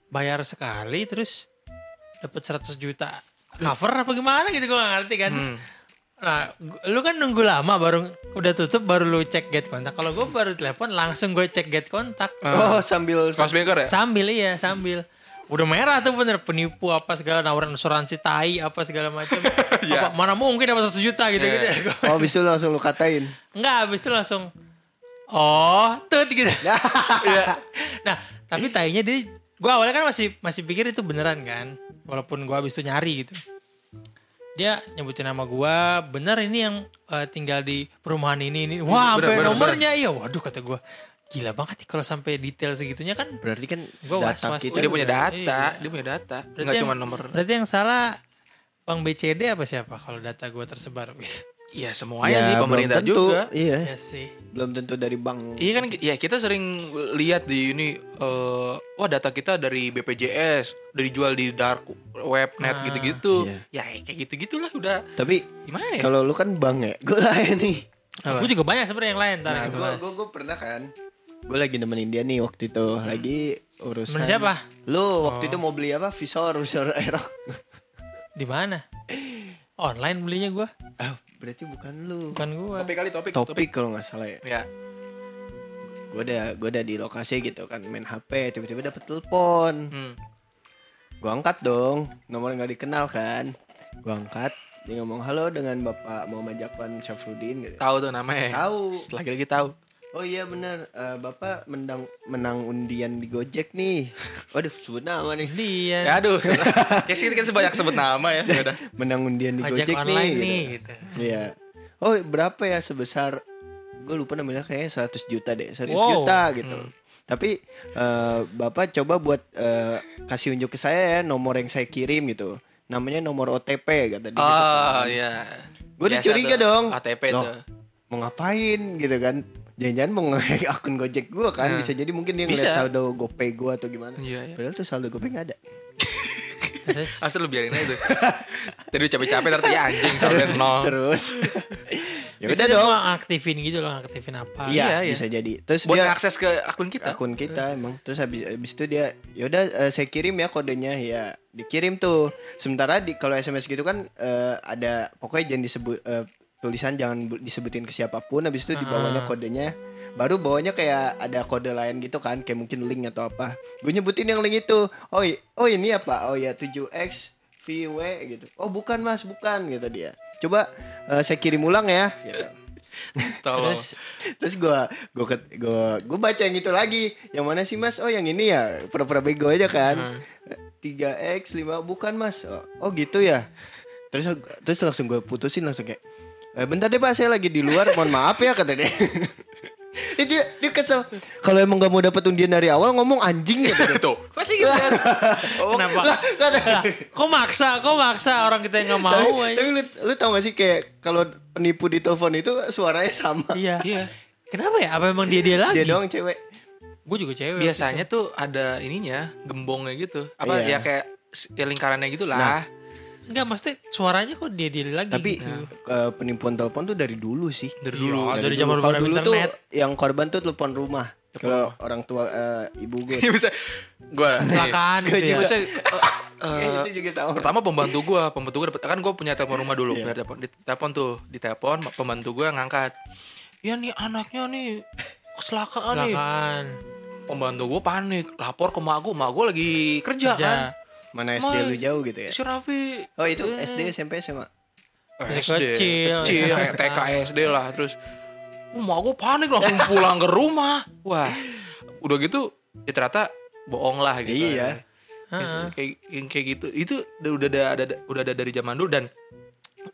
Speaker 2: bayar sekali terus dapat 100 juta cover apa gimana gitu gue gak ngerti kan.
Speaker 3: Hmm.
Speaker 2: Terus, Nah, gu- lu kan nunggu lama baru udah tutup baru lu cek get kontak. Kalau gue baru telepon langsung gue cek get kontak.
Speaker 1: *laughs*
Speaker 3: Ah.
Speaker 1: Oh, sambil
Speaker 3: Kelas banker ya?
Speaker 2: Sambil iya, sambil. Udah merah tuh bener penipu apa segala nawaran asuransi tai apa segala macam.
Speaker 3: *laughs*
Speaker 2: Apa
Speaker 3: Iya.
Speaker 2: mana mungkin dapat 1 juta gitu, gitu-gitu.
Speaker 3: Iya.
Speaker 1: Oh, habis itu langsung lu katain.
Speaker 2: Enggak, habis itu langsung oh, tut gitu. *laughs*
Speaker 3: Iya.
Speaker 2: nah, tapi tainya dia gua awalnya kan masih masih pikir itu beneran kan. Walaupun gua habis itu nyari gitu. dia nyebutin nama gua bener ini yang eh, tinggal di perumahan ini ini wah
Speaker 3: Bener,
Speaker 2: sampai
Speaker 3: bener,
Speaker 2: nomornya iya waduh kata gua gila banget nih kalau sampai detail segitunya kan
Speaker 1: Berarti kan
Speaker 2: Gua
Speaker 1: data
Speaker 2: was-was.
Speaker 1: kita
Speaker 3: dia punya
Speaker 1: udah-
Speaker 3: data, dia punya data. Enggak
Speaker 2: yang-
Speaker 3: cuma nomor.
Speaker 2: Iya. berarti yang salah Bang BCD apa siapa kalau data gua tersebar gitu.
Speaker 3: Iya semuanya sih
Speaker 1: Ya, belum
Speaker 3: pemerintah
Speaker 1: tentu.
Speaker 3: juga.
Speaker 1: Iya,
Speaker 2: Ya sih.
Speaker 1: belum tentu dari bank.
Speaker 3: Iya kan, ya kita sering lihat di ini, eh, wah data kita dari BPJS, dari jual di dark web net
Speaker 2: Nah,
Speaker 3: gitu-gitu. Ya kayak gitu-gitulah udah
Speaker 1: Tapi
Speaker 2: Iya.
Speaker 3: gimana ya?
Speaker 1: kalau lu kan bank ya, gue *laughs* lain nih.
Speaker 2: Gue Nah, juga banyak sebenarnya yang lain ntar yang
Speaker 1: Nah,
Speaker 2: kita
Speaker 1: gue
Speaker 2: bahas.
Speaker 1: gue pernah kan. Hmm. Gue lagi nemenin dia nih waktu itu, lagi urusan.
Speaker 2: Temen siapa? Oh.
Speaker 1: Lu waktu itu mau beli apa? Visor, visor aero.
Speaker 2: Di mana? Online belinya gua,
Speaker 1: Ah, berarti bukan lu.
Speaker 2: bukan gua.
Speaker 3: Topik kali topik.
Speaker 1: Topik kalau nggak salah ya.
Speaker 3: Ya.
Speaker 1: Gue udah gue udah di lokasi gitu kan, main HP, tiba-tiba dapet telepon.
Speaker 3: Hmm.
Speaker 1: Gue angkat dong, nomor nggak dikenal kan. Gue angkat, dia ngomong halo dengan Bapak Muhammad Jakwan Syafrudin gitu.
Speaker 3: Tahu tuh
Speaker 2: Eh.
Speaker 3: namanya.
Speaker 1: Tahu.
Speaker 3: Lagi-lagi tahu.
Speaker 1: Oh iya benar, Eh, Bapak mendang, menang undian di Gojek
Speaker 2: *laughs*
Speaker 1: nih. Waduh, sebut nama nih.
Speaker 2: Dia
Speaker 3: Ya
Speaker 1: *laughs*
Speaker 3: aduh. Kayak sih kan sebanyak sebut nama ya. Ya udah.
Speaker 1: Menang undian di
Speaker 2: ajak
Speaker 1: Gojek
Speaker 2: online
Speaker 1: nih.
Speaker 2: nih
Speaker 1: gitu.
Speaker 2: gitu.
Speaker 1: Iya. Oh, berapa ya sebesar gue lupa namanya kayaknya 100 juta deh, 100
Speaker 2: Wow.
Speaker 1: juta
Speaker 3: Hmm.
Speaker 1: gitu. Tapi eh, Bapak coba buat eh, kasih unjuk ke saya ya nomor yang saya kirim gitu. Namanya nomor OTP kata dia. gitu
Speaker 3: Oh
Speaker 1: kan.
Speaker 3: iya.
Speaker 1: Gua udah
Speaker 3: Biasa
Speaker 1: curiga
Speaker 3: tuh,
Speaker 1: dong.
Speaker 3: ATP
Speaker 1: Loh,
Speaker 3: tuh.
Speaker 1: Mau ngapain gitu kan? Jangan-jangan mau nge-hack akun Gojek gua kan bisa jadi mungkin dia ngeliat
Speaker 3: Nah. Bisa.
Speaker 1: saldo GoPay gua atau gimana.
Speaker 3: Iya, iya.
Speaker 1: Padahal tuh saldo GoPay gak ada.
Speaker 2: Terus
Speaker 3: Asal lu biarin aja tuh. Tadi udah capek-capek ternyata ya anjing sampai nol.
Speaker 1: Terus *laughs* *laughs* ya
Speaker 2: Bisa
Speaker 1: udah
Speaker 2: dia
Speaker 1: dong.
Speaker 2: cuma aktifin gitu loh, aktifin apa.
Speaker 1: Iya,
Speaker 3: Iya, iya.
Speaker 1: bisa jadi. Terus
Speaker 3: Buat
Speaker 1: dia
Speaker 3: akses ke akun kita.
Speaker 1: akun kita emang terus habis habis itu dia yaudah eh, saya kirim ya kodenya ya dikirim tuh sementara di kalau SMS gitu kan eh, ada pokoknya jangan disebut eh, tulisan jangan bu- disebutin ke siapapun habis itu dibawanya kodenya baru bawanya kayak ada kode lain gitu kan kayak mungkin link atau apa gue nyebutin yang link itu oh i- oh ini apa oh ya 7x vw gitu oh bukan mas bukan gitu dia coba eh, saya kirim ulang ya gitu.
Speaker 3: Tolong.
Speaker 2: Terus
Speaker 1: Terus gua gua ket- gua gua baca yang itu lagi. Yang mana sih Mas? Oh, yang ini ya. Pura-pura bego aja kan.
Speaker 2: Hmm.
Speaker 1: 3x 5 bukan Mas. Oh, oh gitu ya. Terus terus langsung gua putusin langsung kayak "Eh, bentar deh Pak, saya lagi di luar. Mohon maaf ya kata dia. *laughs* Eh, dia, dia kesel. Kalau emang gak mau dapat undian dari awal ngomong anjing gitu.
Speaker 3: Tuh. Pasti gitu kan.
Speaker 2: *laughs*
Speaker 3: Oh,
Speaker 2: kenapa?
Speaker 1: Lah, kata,
Speaker 2: Lah, kok maksa? Kok maksa orang kita yang nggak
Speaker 1: *laughs* tapi,
Speaker 2: mau? aja?
Speaker 1: tapi lu, lu tau gak sih kayak kalau penipu di telepon itu suaranya sama.
Speaker 2: Iya.
Speaker 3: Iya.
Speaker 2: Kenapa ya? Apa emang dia dia lagi?
Speaker 1: Dia doang cewek.
Speaker 2: Gue juga cewek.
Speaker 3: Biasanya tuh ada ininya, gembongnya gitu.
Speaker 1: Iya.
Speaker 3: Apa
Speaker 1: Nah.
Speaker 3: ya kayak s- ya lingkarannya gitu lah.
Speaker 2: Enggak, maksudnya suaranya kok dia dia lagi?
Speaker 1: Tapi
Speaker 2: gitu?
Speaker 1: eh, penipuan telepon tuh dari dulu sih.
Speaker 3: Dari
Speaker 2: Iya,
Speaker 3: dulu.
Speaker 2: dari zaman
Speaker 1: Kalau
Speaker 2: baru
Speaker 1: dulu
Speaker 2: internet.
Speaker 1: tuh yang korban tuh telepon rumah. Kalau orang tua eh, ibu gue.
Speaker 3: *laughs* Iya *laughs* bisa. Gua
Speaker 1: Nah.
Speaker 2: Kecelakaan gitu
Speaker 3: Iya
Speaker 2: ya.
Speaker 3: bisa.
Speaker 1: Ya, itu juga sama.
Speaker 3: pertama pembantu gue pembantu gue kan gue punya telepon rumah dulu punya telepon di telepon tuh di telepon pembantu gue ngangkat ya nih anaknya nih kecelakaan nih
Speaker 2: Silakan.
Speaker 3: pembantu gue panik lapor ke mak gue mak gue lagi
Speaker 1: Iya,
Speaker 3: kerja,
Speaker 2: Kerja.
Speaker 3: kan
Speaker 1: Mana SD
Speaker 3: Mau-
Speaker 1: lu jauh gitu ya?
Speaker 3: si Raffi
Speaker 1: Oh itu SD SMP SMA.
Speaker 2: Dari kecil.
Speaker 3: Eh, kecil *laughs* kayak TK SD lah terus "Uh, mak gue panik langsung *laughs* pulang ke rumah wah udah gitu ya ternyata bohong lah gitu
Speaker 1: Iya.
Speaker 3: Kayak- kayak yang kayak gitu itu udah ada, ada udah ada dari zaman dulu dan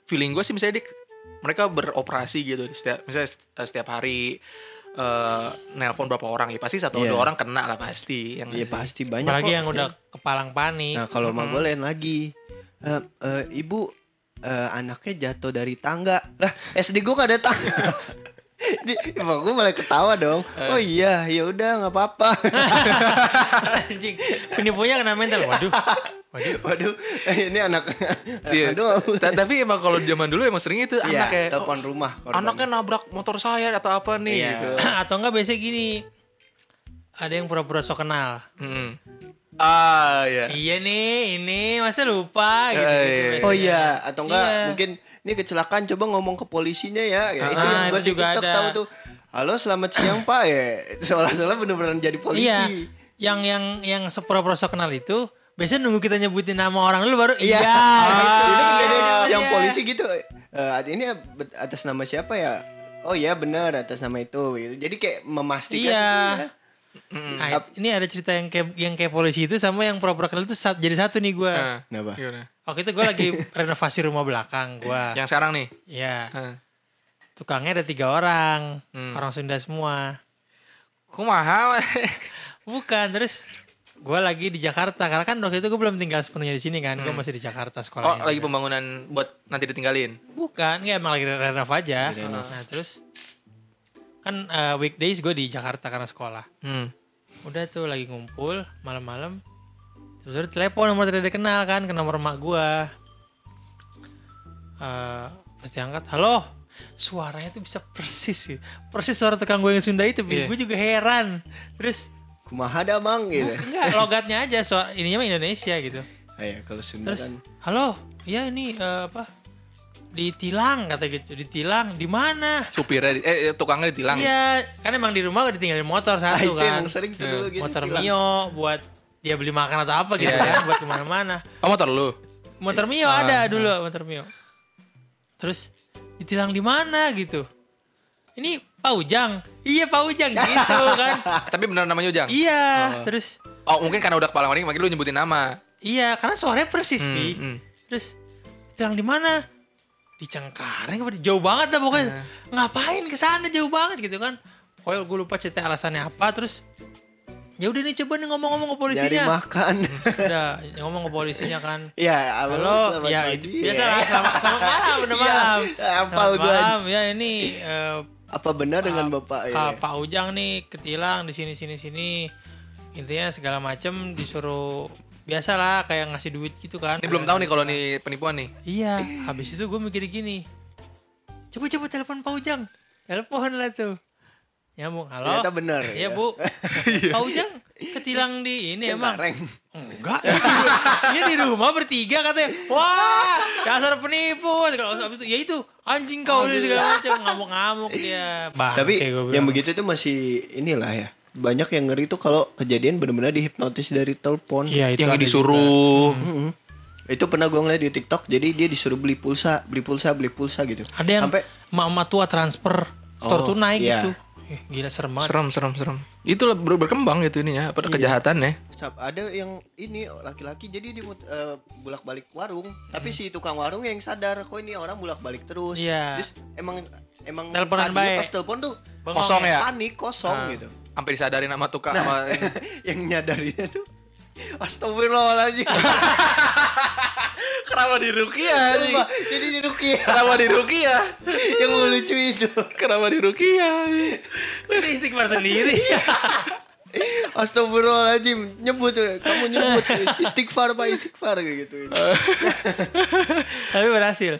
Speaker 3: feeling gue sih misalnya di- mereka beroperasi gitu setiap misalnya st- setiap hari eh nelpon berapa orang ya pasti satu
Speaker 1: Iya.
Speaker 3: dua orang kena lah pasti yang
Speaker 1: Iya pasti banyak.
Speaker 2: Apalagi
Speaker 1: kok.
Speaker 2: yang udah kepalang panik.
Speaker 1: Nah kalau emak gue lain lagi. Eh, eh, ibu eh, anaknya jatuh dari tangga. Lah SD gue gak ada tangga. *laughs* Jadi, emak gue malah ketawa dong. Oh iya, ya udah nggak apa-apa. *laughs* kan?
Speaker 2: Anjing. Penipunya kena mental.
Speaker 1: *laughs*
Speaker 2: Waduh. Waduh.
Speaker 1: Waduh, eh, ini anak. *laughs*
Speaker 3: Iya.
Speaker 1: Aduh.
Speaker 3: Ta- tapi emang kalau zaman dulu emang sering itu
Speaker 1: Iya,
Speaker 3: anaknya oh,
Speaker 1: telepon rumah. korban.
Speaker 3: anaknya nabrak motor saya atau apa nih
Speaker 1: Iya.
Speaker 3: gitu
Speaker 2: Atau enggak biasanya gini. Ada yang pura-pura sok kenal.
Speaker 3: Mm. ah ya
Speaker 2: Iya nih, ini masa lupa gitu.
Speaker 3: Eh, iya.
Speaker 1: Oh iya, atau enggak
Speaker 2: Iya.
Speaker 1: mungkin ini kecelakaan coba ngomong ke polisinya ya. ya itu
Speaker 2: Ah,
Speaker 1: yang gua
Speaker 2: itu juga
Speaker 1: juga TikTok
Speaker 2: ada.
Speaker 1: tahu tuh. Halo, selamat siang Pak ya. Seolah-olah bener-bener jadi polisi.
Speaker 2: Iya. Yang yang yang sepura-pura sok kenal itu biasanya nunggu kita nyebutin nama orang dulu baru iya.
Speaker 1: Ah, Itu kan
Speaker 2: gitu.
Speaker 1: kejadian
Speaker 2: Iya.
Speaker 1: yang polisi gitu. Eh, ini atas nama siapa ya? Oh iya benar atas nama itu. gitu. Jadi kayak memastikan.
Speaker 2: Iya.
Speaker 1: gitu ya.
Speaker 2: Nah, ini ada cerita yang kayak yang kayak polisi itu sama yang pura-pura kenal itu sat- jadi satu nih gua.
Speaker 3: Ah.
Speaker 1: Kenapa?
Speaker 3: Gimana?
Speaker 2: Waktu itu gue lagi *laughs* renovasi rumah belakang gue.
Speaker 3: Yang sekarang nih.
Speaker 2: Iya.
Speaker 3: Heeh.
Speaker 2: Tukangnya ada tiga orang.
Speaker 3: Hmm.
Speaker 2: Orang Sunda semua.
Speaker 3: Kumaha.
Speaker 2: Bukan, terus gue lagi di Jakarta. Karena kan waktu itu gue belum tinggal sepenuhnya di sini kan. Gue masih di Jakarta
Speaker 3: *laughs* Oh,
Speaker 2: sekolahnya.
Speaker 3: lagi pembangunan buat nanti ditinggalin.
Speaker 2: Bukan, ya emang lagi renov aja. Nah terus kan eh, weekdays gue di Jakarta karena sekolah.
Speaker 3: Hmm.
Speaker 2: Udah tuh lagi ngumpul malam-malam. Terus telepon nomor tidak dikenal kan ke nomor emak gue. Eh pasti angkat, halo. Suaranya tuh bisa persis sih. Persis suara tukang gue yang Sunda itu.
Speaker 3: Iya.
Speaker 2: Gue juga heran. Terus
Speaker 1: Kumaha dah mang gitu.
Speaker 2: *laughs* enggak logatnya aja soal ininya mah Indonesia gitu.
Speaker 1: *laughs* Ayo kalau Sunda
Speaker 2: Terus,
Speaker 1: kan.
Speaker 2: halo, iya ini eh, apa? Ditilang kata gitu, ditilang di mana?
Speaker 3: Supirnya di- eh tukangnya ditilang.
Speaker 2: Iya, kan emang di rumah udah ditinggalin motor
Speaker 1: Ah,
Speaker 2: satu
Speaker 1: itu
Speaker 2: kan.
Speaker 1: emang sering tuh
Speaker 3: Ya,
Speaker 1: dulu gitu.
Speaker 2: Motor
Speaker 1: tilang.
Speaker 2: Mio buat dia beli makan atau apa gitu kan, buat kemana-mana.
Speaker 3: Oh, motor lu.
Speaker 2: Motor Mio
Speaker 3: Ah,
Speaker 2: ada dulu motor Mio. Terus ditilang di mana gitu? Ini Pak Ujang. Iya Pak Ujang gitu kan.
Speaker 3: Tapi benar namanya Ujang.
Speaker 2: Iya, terus
Speaker 3: Oh, mungkin karena udah kepala waring makanya lu nyebutin nama.
Speaker 2: iya karena suaranya persis
Speaker 3: Hmm,
Speaker 2: Pi.
Speaker 3: hmm.
Speaker 2: Terus ditilang di mana? Di Cengkareng apa di- jauh banget lah pokoknya.
Speaker 1: Iya.
Speaker 2: Ngapain ke sana jauh banget gitu kan. Pokoknya gue lupa cerita alasannya apa terus ya udah nih coba nih ngomong-ngomong ke
Speaker 1: Nyari
Speaker 2: polisinya.
Speaker 1: makan. *laughs*
Speaker 2: Udah ya ngomong ke polisinya kan.
Speaker 1: ya,
Speaker 2: Halo,
Speaker 1: selamat
Speaker 2: ya
Speaker 1: pagi.
Speaker 2: itu biasa lah selamat, selamat malam, udah
Speaker 1: *laughs* Iya,
Speaker 2: malam.
Speaker 1: hafal
Speaker 2: Selamat
Speaker 1: gua.
Speaker 2: malam, ya ini eh,
Speaker 1: Apa benar dengan
Speaker 2: Ah,
Speaker 1: Bapak ya?
Speaker 2: ah, Pak Ujang nih ketilang di sini sini sini. Intinya segala macem disuruh biasalah kayak ngasih duit gitu kan.
Speaker 3: Ini belum tahu nih kalau nih penipuan nih.
Speaker 2: Iya, habis itu gue mikir gini. Coba coba telepon Pak Ujang. Telepon lah tuh. Nyambung, halo.
Speaker 1: Ternyata benar. ya.
Speaker 2: Iya, Bu.
Speaker 1: *laughs*
Speaker 2: Pak Ujang ketilang di ini emang.
Speaker 1: Cengkareng.
Speaker 2: Enggak. *laughs* Dia di rumah bertiga katanya. Wah, dasar penipu. Kalau habis itu ya itu anjing kau ini segala macam ngamuk-ngamuk dia. Bangke,
Speaker 1: Tapi
Speaker 2: Ah, gua bilang.
Speaker 1: yang begitu itu masih inilah ya. Banyak yang ngeri tuh kalau kejadian benar-benar dihipnotis dari telepon.
Speaker 2: Iya, itu
Speaker 3: yang
Speaker 2: ada
Speaker 3: disuruh. Hmm,
Speaker 1: Mm-mm. Itu pernah gue ngeliat di TikTok. Jadi dia disuruh beli pulsa, beli pulsa, beli pulsa gitu.
Speaker 2: juga. Ada yang
Speaker 1: sampai
Speaker 2: emak-emak tua transfer store
Speaker 1: Oh,
Speaker 2: tunai
Speaker 1: iya.
Speaker 2: gitu. Eh, Gila serem banget.
Speaker 3: Serem, serem, serem. Itu lah ber- berkembang gitu ininya,
Speaker 2: Iya.
Speaker 3: apa ya? kejahatannya.
Speaker 1: sam- ada yang ini laki-laki jadi di bolak-balik warung. Tapi si tukang warung yang sadar kok ini orang bolak-balik terus.
Speaker 2: Iya.
Speaker 1: Terus emang emang
Speaker 2: Teleponan
Speaker 1: tadinya
Speaker 2: baik. Ah.
Speaker 1: pas telepon tuh
Speaker 2: Bengong Nah.
Speaker 3: Kosong ya.
Speaker 1: panik kosong gitu.
Speaker 3: Sampai disadarin sama tukang sama
Speaker 1: *laughs* yang nyadarinya tuh Astagfirullahaladzim *laughs*
Speaker 3: kenapa di Rukia?
Speaker 1: Sumpah, Iya, Jadi di Rukia
Speaker 3: Kenapa di Rukia?
Speaker 1: *laughs* Yang lucu itu
Speaker 3: Kenapa ya? di Rukia?
Speaker 2: *laughs* Ini istighfar *laughs* sendiri.
Speaker 1: Astagfirullahaladzim Nyebut tuh, Kamu nyebut Istighfar pak istighfar kayak gitu *laughs*
Speaker 2: *laughs* Tapi berhasil.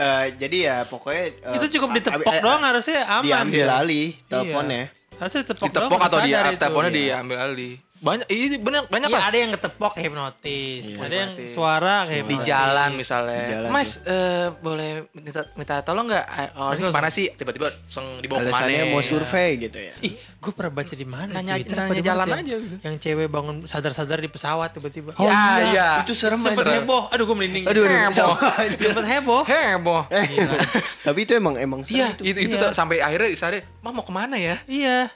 Speaker 1: Eh, Jadi ya pokoknya eh,
Speaker 2: itu cukup
Speaker 1: ab-
Speaker 2: ditepok
Speaker 1: ab-
Speaker 2: doang harusnya aman.
Speaker 1: Diambil
Speaker 2: Iya.
Speaker 1: alih teleponnya
Speaker 2: Harusnya ditepok,
Speaker 3: Ditepok atau
Speaker 2: harus
Speaker 3: dia
Speaker 2: sadar itu.
Speaker 3: teleponnya
Speaker 2: Iya.
Speaker 3: diambil alih. Banyak ini benar
Speaker 2: Iya,
Speaker 3: banyak kan? lah.
Speaker 2: ada yang ketepok kayak hipnotis,
Speaker 1: Iya,
Speaker 2: ada yang
Speaker 3: Hipnotis.
Speaker 2: suara kayak
Speaker 3: di
Speaker 2: hipnotis.
Speaker 3: jalan misalnya.
Speaker 1: Di jalan
Speaker 3: Mas eh, boleh minta, minta tolong nggak? Ah, Oh, ini kemana sih? Tiba-tiba seng dibawa kemana?
Speaker 1: Alasannya mau survei gitu ya
Speaker 2: Ih, gue pernah baca di mana?
Speaker 3: Nanya-
Speaker 2: Twitter
Speaker 3: nanya
Speaker 2: apa di
Speaker 3: jalan
Speaker 2: mana tuh
Speaker 3: aja
Speaker 2: yang-
Speaker 3: gitu.
Speaker 2: Yang cewek bangun sadar-sadar di pesawat tiba-tiba.
Speaker 3: Oh,
Speaker 2: Ya,
Speaker 3: iya, iya.
Speaker 1: Itu serem
Speaker 2: sempet
Speaker 1: anjir.
Speaker 2: heboh. Aduh, gue merinding.
Speaker 1: Aduh, aduh,
Speaker 2: heboh.
Speaker 1: sama
Speaker 2: sempet heboh.
Speaker 3: Heboh.
Speaker 1: *laughs* Tapi itu emang emang Eh, serem
Speaker 3: Iya, itu, itu
Speaker 2: Iya.
Speaker 3: tuh sampai akhirnya sadar, "Mah mau kemana ya?"
Speaker 2: Iya.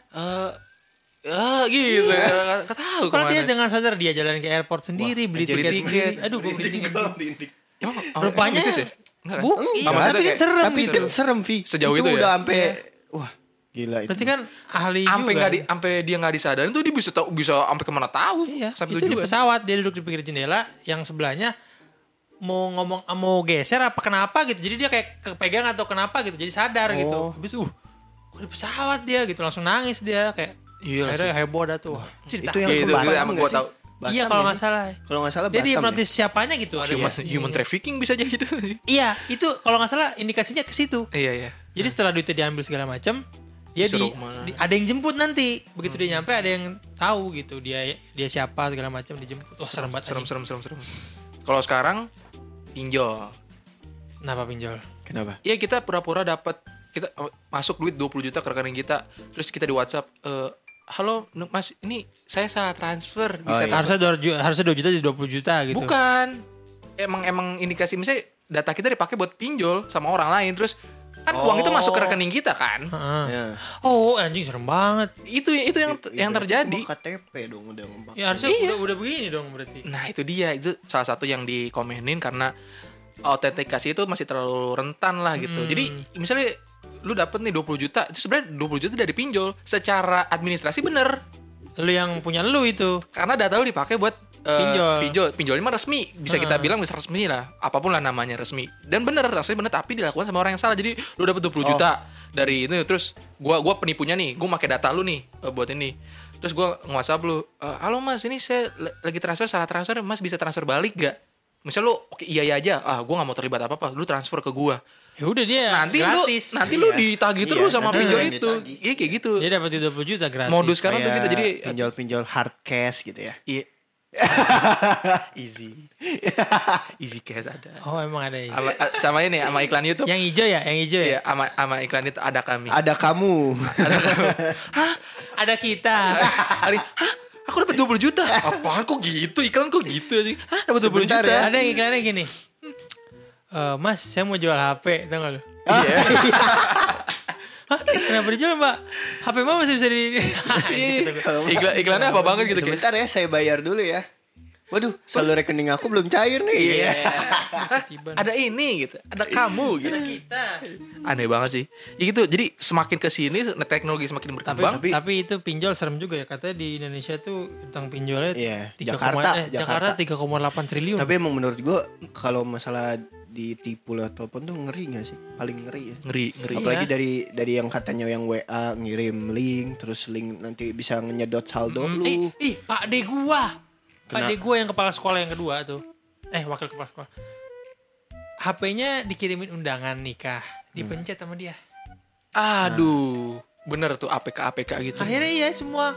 Speaker 3: Eh eh, gitu. Iya. Gak tahu
Speaker 2: Kalau dia
Speaker 3: kemana.
Speaker 2: dengan sadar dia jalan ke airport sendiri, beli
Speaker 3: jadi
Speaker 2: tiket,
Speaker 3: tiket.
Speaker 2: sendiri. Aduh, gue merinding. anjing.
Speaker 3: Emang orang-
Speaker 2: Rupanya
Speaker 3: Isis ya? Enggak kan?
Speaker 2: Bu,
Speaker 1: Enggak,
Speaker 2: iya,
Speaker 3: maksudnya
Speaker 2: tapi
Speaker 3: kayak-
Speaker 2: serem
Speaker 1: Tapi
Speaker 2: gitu. Iya.
Speaker 1: itu serem Vi
Speaker 3: Sejauh itu ya?
Speaker 1: udah sampai Wah gila itu
Speaker 2: Berarti kan ahli
Speaker 3: Ampe
Speaker 2: juga.
Speaker 3: nggak di, ampe dia nggak disadarin tuh dia bisa tahu bisa ampe kemana tahu.
Speaker 2: Iya,
Speaker 3: Sampai
Speaker 2: itu di
Speaker 3: tujuan.
Speaker 2: pesawat dia duduk di pinggir jendela yang sebelahnya mau ngomong mau geser apa kenapa gitu. Jadi dia kayak kepegang atau kenapa gitu. Jadi
Speaker 1: Oh.
Speaker 2: sadar gitu. Habis uh kok di pesawat dia gitu langsung nangis dia kayak
Speaker 3: Iya,
Speaker 2: akhirnya heboh dah tuh. Wah, Cerita.
Speaker 1: Itu yang
Speaker 3: Iya, itu-
Speaker 1: kembaran
Speaker 3: itu emang
Speaker 1: nggak
Speaker 3: gua
Speaker 1: sih?
Speaker 3: tahu.
Speaker 1: Batam
Speaker 2: iya kalau
Speaker 1: ya?
Speaker 2: nggak salah.
Speaker 1: Kalau nggak salah
Speaker 2: Dia
Speaker 1: Batam ya?
Speaker 2: dihipnotis siapanya gitu ada
Speaker 3: Human,
Speaker 2: yang-
Speaker 3: human trafficking bisa jadi itu.
Speaker 2: Iya, itu kalau nggak salah indikasinya ke situ.
Speaker 3: iya, iya.
Speaker 2: Jadi setelah duitnya diambil segala macam, dia di,
Speaker 3: Disuruh kemana.
Speaker 2: di- ada yang jemput nanti. Begitu dia nyampe ada yang tahu gitu dia dia siapa segala macam dijemput. Wah, serem banget.
Speaker 3: Serem
Speaker 2: anjing.
Speaker 3: serem serem serem. Kalau sekarang pinjol.
Speaker 2: Kenapa pinjol?
Speaker 1: Kenapa?
Speaker 3: Iya, kita pura-pura dapat kita eh, masuk duit 20 juta ke rekening kita. Terus kita di WhatsApp eh, Halo, Nu- Mas, ini saya salah transfer.
Speaker 1: Oh,
Speaker 3: Bisa
Speaker 1: iya.
Speaker 3: tak-
Speaker 2: Harusnya dua ju- harusnya 2 juta jadi 20 juta gitu.
Speaker 3: Bukan. Emang emang indikasi misalnya data kita dipakai buat pinjol sama orang lain terus kan uang itu masuk ke rekening kita kan
Speaker 2: Heeh.
Speaker 1: Ya.
Speaker 2: Oh anjing serem banget.
Speaker 3: itu itu yang yang
Speaker 1: Itu
Speaker 3: terjadi
Speaker 1: mah KTP dong udah ngomong.
Speaker 2: Ya harusnya
Speaker 3: Iya.
Speaker 2: udah, udah begini dong berarti.
Speaker 3: Nah itu dia itu salah satu yang dikomenin karena autentikasi itu masih terlalu rentan lah
Speaker 2: Hmm.
Speaker 3: gitu. Jadi misalnya lu dapet nih 20 juta, itu sebenarnya 20 juta dari pinjol secara administrasi bener
Speaker 2: Lu yang punya lu itu.
Speaker 3: karena data lu dipakai buat eh,
Speaker 2: Pinjol.
Speaker 3: pinjol. Pinjolnya mah resmi, bisa kita
Speaker 2: Heeh.
Speaker 3: bilang bisa resmi lah, apapun lah namanya resmi. Dan bener rasanya bener tapi dilakukan sama orang yang salah. Jadi lu dapet 20
Speaker 1: Oh.
Speaker 3: juta dari itu terus gua gua penipunya nih, gua pakai data lu nih eh, buat ini. Terus gua nge-WhatsApp lu, "Eh, "Halo Mas, ini saya l- lagi transfer salah transfer, Mas bisa transfer balik gak?" Misal lu oke iya iya aja, ah gua nggak mau terlibat apa-apa, lu transfer ke gua.
Speaker 2: Ya udah dia
Speaker 3: Nanti
Speaker 2: gratis.
Speaker 3: lu nanti lu
Speaker 1: Iya.
Speaker 3: ditagih
Speaker 1: Iya,
Speaker 3: terus sama
Speaker 1: nanti
Speaker 3: pinjol
Speaker 1: lu yang
Speaker 3: itu.
Speaker 1: ditagih. Iya,
Speaker 3: Iya kayak gitu.
Speaker 2: dia dapat 20 juta gratis.
Speaker 3: Modus sekarang tuh
Speaker 1: Kayak
Speaker 3: gitu. Jadi
Speaker 1: pinjol-pinjol hard cash gitu ya. *laughs*
Speaker 3: Iya. Easy. Easy cash ada.
Speaker 2: Oh emang ada ya.
Speaker 3: Sama, sama ini sama iklan YouTube.
Speaker 2: Yang hijau ya, yang hijau ya.
Speaker 3: Iya, sama sama iklan itu ada kami.
Speaker 1: Ada *laughs* kamu.
Speaker 2: Ada kita. *laughs*
Speaker 3: Hari, hah? Aku dapat 20 juta. Apaan kok gitu? Iklan kok gitu? anjing? Hah, dapat 20
Speaker 1: Sebentar
Speaker 3: juta.
Speaker 1: ya.
Speaker 2: ada yang iklannya gini. Eh mas, saya mau jual HP, tau gak lu?
Speaker 3: Iya.
Speaker 2: *laughs* Hah? Kenapa dijual mbak? HP mah masih bisa di... *laughs*
Speaker 3: Iya.
Speaker 2: Gitu,
Speaker 3: *laughs* Iklan iklannya apa banget gitu kayak.
Speaker 1: Sebentar ya saya bayar dulu ya. Waduh, saldo rekening aku belum cair nih.
Speaker 3: Iya. Hah,
Speaker 2: Tiba.
Speaker 3: Ada ini gitu. Ada kamu gitu.
Speaker 2: kita.
Speaker 3: Aneh banget sih. Ya gitu. Jadi semakin ke sini teknologi semakin
Speaker 2: Tapi,
Speaker 3: berkembang.
Speaker 2: tapi tapi itu pinjol serem juga ya katanya di Indonesia tuh utang pinjolnya
Speaker 1: Iya,
Speaker 2: 3,
Speaker 1: Jakarta,
Speaker 2: eh, Jakarta 3,8 triliun.
Speaker 1: Tapi emang menurut gua kalau masalah ditipu lewat telepon tuh ngeri gak sih? Paling ngeri ya.
Speaker 3: Ngeri, ngeri.
Speaker 1: Apalagi dari dari yang katanya yang WA ngirim link terus link nanti bisa nyedot saldo lu.
Speaker 2: Hmm. Ih, ih, Pak De gua. Pak
Speaker 1: Kena.
Speaker 2: De gua yang kepala sekolah yang kedua tuh. Eh, wakil kepala sekolah. HP-nya dikirimin undangan nikah, dipencet sama dia.
Speaker 3: Aduh. Bener tuh APK APK
Speaker 1: Hmm.
Speaker 3: gitu.
Speaker 2: Akhirnya iya semua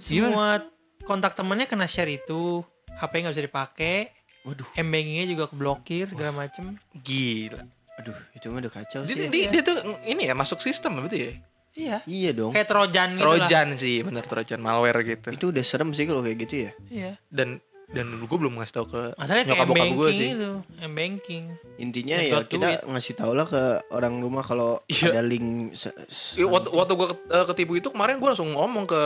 Speaker 2: semua kontak temannya kena share itu. HP nggak bisa dipakai.
Speaker 1: Waduh.
Speaker 2: Embankingnya juga keblokir segala macem.
Speaker 3: Gila.
Speaker 1: Aduh, itu mah udah kacau
Speaker 3: Dia,
Speaker 1: sih. ya.
Speaker 3: dia, dia tuh ini ya masuk sistem berarti ya.
Speaker 2: Iya.
Speaker 1: Iya dong.
Speaker 2: Kayak Trojan gitu lah.
Speaker 3: Trojan sih, bener Trojan malware gitu.
Speaker 1: Itu udah serem sih kalau kayak gitu ya.
Speaker 2: Iya.
Speaker 3: Dan dan dulu gue belum ngasih tau ke
Speaker 2: Masalahnya kayak
Speaker 3: nyokap bokap gue
Speaker 2: M-banking
Speaker 3: sih.
Speaker 2: itu. M-banking.
Speaker 1: Intinya ya
Speaker 2: Nyedot
Speaker 1: kita ngasih tau lah ke orang rumah kalau
Speaker 3: Iya.
Speaker 1: ada link se- se-
Speaker 3: Iya, Waktu, waktu gue ketipu itu kemarin gue langsung ngomong ke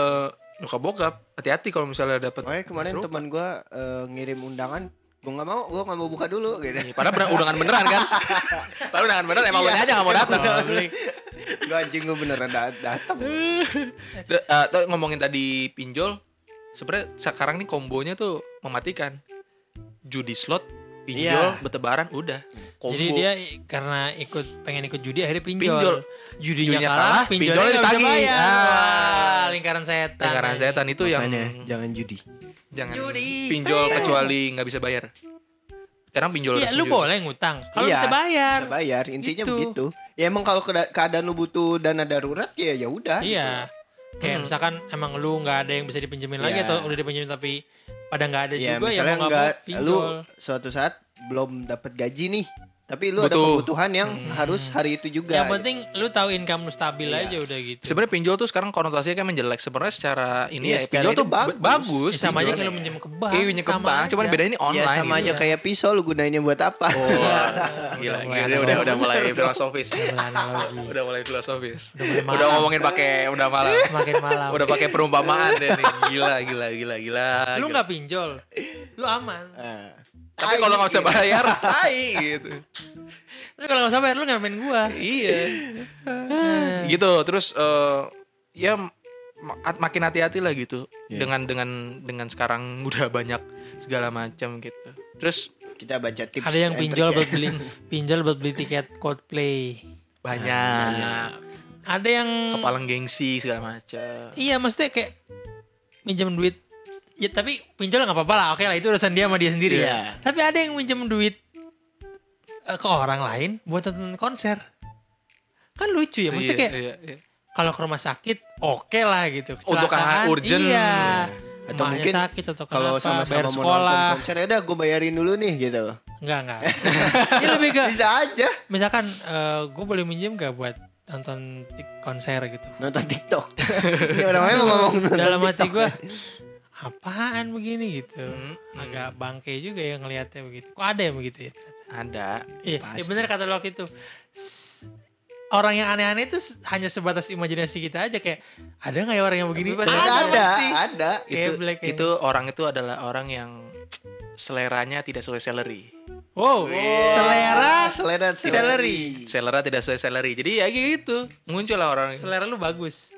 Speaker 3: nyokap bokap, hati-hati kalau misalnya dapet.
Speaker 1: Makanya kemarin
Speaker 3: Seru.
Speaker 1: teman gua eh, ngirim undangan, gua nggak mau, gua nggak mau buka dulu
Speaker 3: *laughs*
Speaker 1: gitu.
Speaker 3: Ih, Padahal bener, undangan beneran kan? Padahal undangan beneran emang lo aja gak mau datang.
Speaker 1: gua anjing gua beneran dat- datang.
Speaker 3: D- eh, tuh ngomongin tadi pinjol, sebenarnya sekarang nih kombonya tuh mematikan. Judi slot, pinjol,
Speaker 1: Iya.
Speaker 3: betebaran, udah. Kombo.
Speaker 2: Jadi dia i- karena ikut pengen ikut judi akhirnya pinjol.
Speaker 3: Pinjol.
Speaker 2: Judinya
Speaker 3: Judinya
Speaker 2: kalah,
Speaker 3: kalah,
Speaker 2: pinjolnya,
Speaker 3: pinjolnya
Speaker 2: nggak bisa
Speaker 3: ditagih.
Speaker 2: bayar.
Speaker 3: Ah.
Speaker 2: Wah, lingkaran setan.
Speaker 3: Lingkaran setan itu yang
Speaker 1: Makanya, jangan judi.
Speaker 3: Jangan
Speaker 2: Judi.
Speaker 3: pinjol kecuali nggak bisa bayar. Sekarang pinjol
Speaker 2: Iya,
Speaker 3: resmi
Speaker 2: lu
Speaker 3: juga.
Speaker 2: boleh ngutang kalau
Speaker 1: Iya,
Speaker 2: bisa bayar.
Speaker 1: Bisa bayar, intinya
Speaker 2: Gitu.
Speaker 1: begitu. Ya emang kalau keda- keadaan lu butuh dana darurat ya ya udah.
Speaker 2: Iya. Kayak
Speaker 3: Hmm.
Speaker 2: misalkan emang lu nggak ada yang bisa dipinjemin lagi
Speaker 1: Iya.
Speaker 2: atau udah dipinjemin tapi pada nggak ada
Speaker 1: Gitu. Ya
Speaker 2: juga ya
Speaker 1: misalnya
Speaker 2: mau nggak
Speaker 1: enggak
Speaker 2: mau pinjol.
Speaker 1: lu suatu saat belum dapat gaji nih, tapi lu ada
Speaker 3: Butuh.
Speaker 1: kebutuhan yang harus hari itu juga.
Speaker 2: Hmm. yang penting lu tahu income lu stabil
Speaker 1: Iya.
Speaker 2: aja udah gitu.
Speaker 3: Sebenarnya pinjol tuh sekarang konotasinya kan menjelek sebenarnya secara ini
Speaker 1: Iya,
Speaker 3: ya
Speaker 1: secara
Speaker 3: pinjol
Speaker 1: itu
Speaker 3: tuh ba-
Speaker 1: bagus.
Speaker 3: bagus.
Speaker 2: Ya, sama aja kayak
Speaker 3: pinjolnya.
Speaker 2: lu minjem ke bank.
Speaker 3: Iya, pinjol ke
Speaker 2: sama
Speaker 3: bank,
Speaker 2: aja.
Speaker 3: cuman bedanya ini
Speaker 1: ya
Speaker 3: online.
Speaker 1: sama aja
Speaker 3: gitu.
Speaker 1: kayak pisau lu gunainnya buat apa? *laughs*
Speaker 3: Wah,
Speaker 2: Udah
Speaker 3: gila,
Speaker 2: mulai
Speaker 3: gila,
Speaker 2: ada
Speaker 3: udah
Speaker 2: orang.
Speaker 3: udah mulai filosofis.
Speaker 1: Iya,
Speaker 2: Udah analogi.
Speaker 3: *laughs* udah mulai filosofis.
Speaker 2: Udah mulai
Speaker 3: Udah
Speaker 2: malam.
Speaker 3: ngomongin pakai udah malam.
Speaker 2: Semakin malam.
Speaker 3: Udah pakai perumpamaan deh nih. Gila, gila, gila, gila.
Speaker 2: lu
Speaker 3: gila.
Speaker 2: nggak pinjol, lu aman.
Speaker 1: Ah.
Speaker 3: Tapi kalau nggak usah bayar, tai gitu.
Speaker 2: Lu kalau nggak sabar lu nggak main gua.
Speaker 3: Iya. gitu. Terus eh, ya ma- makin hati-hati lah gitu
Speaker 1: Iya.
Speaker 3: dengan dengan dengan sekarang udah banyak segala macam gitu. Terus
Speaker 1: Kita baca tips.
Speaker 2: Ada yang
Speaker 1: and
Speaker 2: pinjol
Speaker 1: trick ya.
Speaker 2: buat beli pinjol buat beli tiket Coldplay. Nah,
Speaker 3: banyak
Speaker 2: Ada yang
Speaker 3: kepalang gengsi segala macam.
Speaker 2: iya maksudnya kayak minjem duit. Ya tapi pinjol nggak apa-apa lah. Oke lah itu urusan dia sama dia sendiri.
Speaker 1: Iya.
Speaker 2: ya. Tapi ada yang minjem duit eh, ke orang lain buat nonton konser. Kan lucu ya, maksudnya
Speaker 3: Iya,
Speaker 2: kayak
Speaker 3: iya, iya.
Speaker 2: kalau ke rumah sakit oke lah gitu.
Speaker 3: Untuk hal
Speaker 2: Kecelakaan,
Speaker 3: urgent.
Speaker 2: Iya.
Speaker 1: atau
Speaker 2: Emaknya
Speaker 1: mungkin
Speaker 2: sakit atau
Speaker 1: kalau
Speaker 2: kenapa,
Speaker 1: sama-sama
Speaker 2: bayar
Speaker 1: mau
Speaker 2: sekolah.
Speaker 1: nonton konser ya udah gue bayarin dulu nih gitu
Speaker 2: Enggak, enggak.
Speaker 1: *laughs*
Speaker 2: Ini lebih ke
Speaker 1: bisa aja
Speaker 2: misalkan gue boleh minjem gak buat nonton tik- konser gitu
Speaker 1: nonton TikTok *laughs* ini orangnya mau ngomong Oh, nonton
Speaker 2: dalam hati
Speaker 1: TikTok. ya?
Speaker 2: gue apaan begini gitu
Speaker 3: Hmm,
Speaker 2: agak bangke juga ya ngelihatnya begitu kok ada yang begitu ya ternyata
Speaker 3: hmm. Ada.
Speaker 2: iya ya
Speaker 3: pasti.
Speaker 2: bener kata lo waktu itu S- orang yang aneh-aneh itu s- hanya sebatas imajinasi kita aja kayak ada nggak ya orang yang begini?
Speaker 3: Tapi pasti
Speaker 1: ada ada,
Speaker 2: pasti.
Speaker 1: ada.
Speaker 3: itu
Speaker 2: Geblek ya.
Speaker 3: itu orang itu adalah orang yang seleranya tidak sesuai salary
Speaker 2: Wow, selera
Speaker 1: selera
Speaker 2: salary.
Speaker 3: selera tidak sesuai salary jadi ya gitu muncul lah orang
Speaker 2: Selera lu bagus.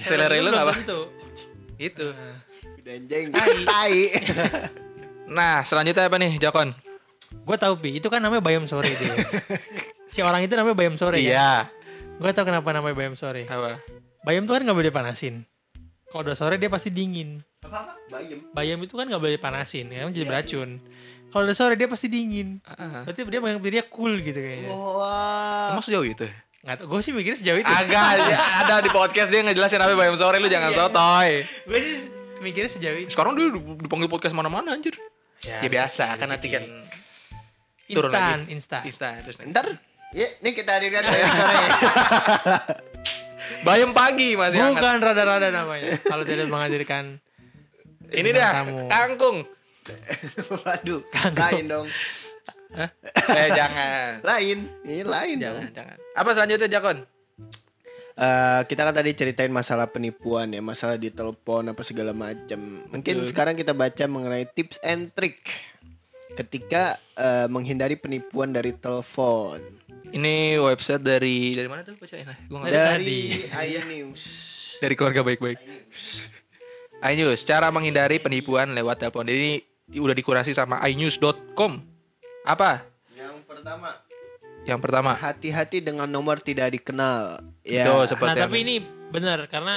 Speaker 3: Selera lu
Speaker 2: belum
Speaker 3: apa?
Speaker 2: tentu.
Speaker 3: itu
Speaker 1: Danjeng. Ah, Tai.
Speaker 3: nah selanjutnya apa nih Jakon
Speaker 2: Gue tahu pi, itu kan namanya Bayam Sore dia. si orang itu namanya Bayam Sore ya.
Speaker 3: iya
Speaker 2: Gue tahu kenapa namanya Bayam Sore.
Speaker 3: apa
Speaker 2: Bayam tuh kan nggak boleh dipanasin. Kalau udah sore dia pasti dingin.
Speaker 1: Apa apa? Bayem.
Speaker 2: Bayam itu kan nggak boleh dipanasin, kan jadi beracun. Kalau udah sore dia pasti dingin.
Speaker 3: Ah.
Speaker 2: Berarti dia menganggap dirinya cool gitu
Speaker 1: Oh.
Speaker 2: kayaknya.
Speaker 1: Wah.
Speaker 3: emang sejauh itu
Speaker 2: Nggak tau, gue sih mikirnya sejauh itu.
Speaker 3: agak ya, ada di podcast dia ngejelasin apa bayam sore lu jangan sotoy
Speaker 2: gue sih mikirnya sejauh itu.
Speaker 3: Iya, sekarang dia dipanggil podcast mana-mana anjir ya, biasa kan nanti kan turun
Speaker 2: Instan,
Speaker 3: lagi.
Speaker 2: instan.
Speaker 3: instan terus nanti-
Speaker 1: Ntar ya, ini kita hadirkan bayem sore.
Speaker 3: bayam pagi masih hangat
Speaker 2: Bukan rada-rada namanya. Kalau tidak menghadirkan
Speaker 3: ini dah
Speaker 2: Tamu.
Speaker 3: kangkung
Speaker 1: *laughs* Waduh, lain dong.
Speaker 3: eh jangan
Speaker 1: Lain. Ini lain dong.
Speaker 3: jangan jangan apa selanjutnya Jakon
Speaker 1: Eh, kita kan tadi ceritain masalah penipuan ya, masalah di telepon apa segala macam. Mungkin sekarang kita baca mengenai tips and trick ketika eh, menghindari penipuan dari telepon.
Speaker 3: ini website dari dari mana tuh baca nah, gua nggak tahu.
Speaker 1: Dari iNews.
Speaker 3: dari keluarga baik-baik iNews cara menghindari penipuan lewat telepon jadi ini udah dikurasi sama iNews.com apa
Speaker 1: Yang pertama,
Speaker 3: yang pertama
Speaker 1: hati-hati dengan nomor tidak dikenal. Ya.
Speaker 3: Betul, seperti
Speaker 2: Nah tapi
Speaker 3: yang-
Speaker 2: ini bener Karena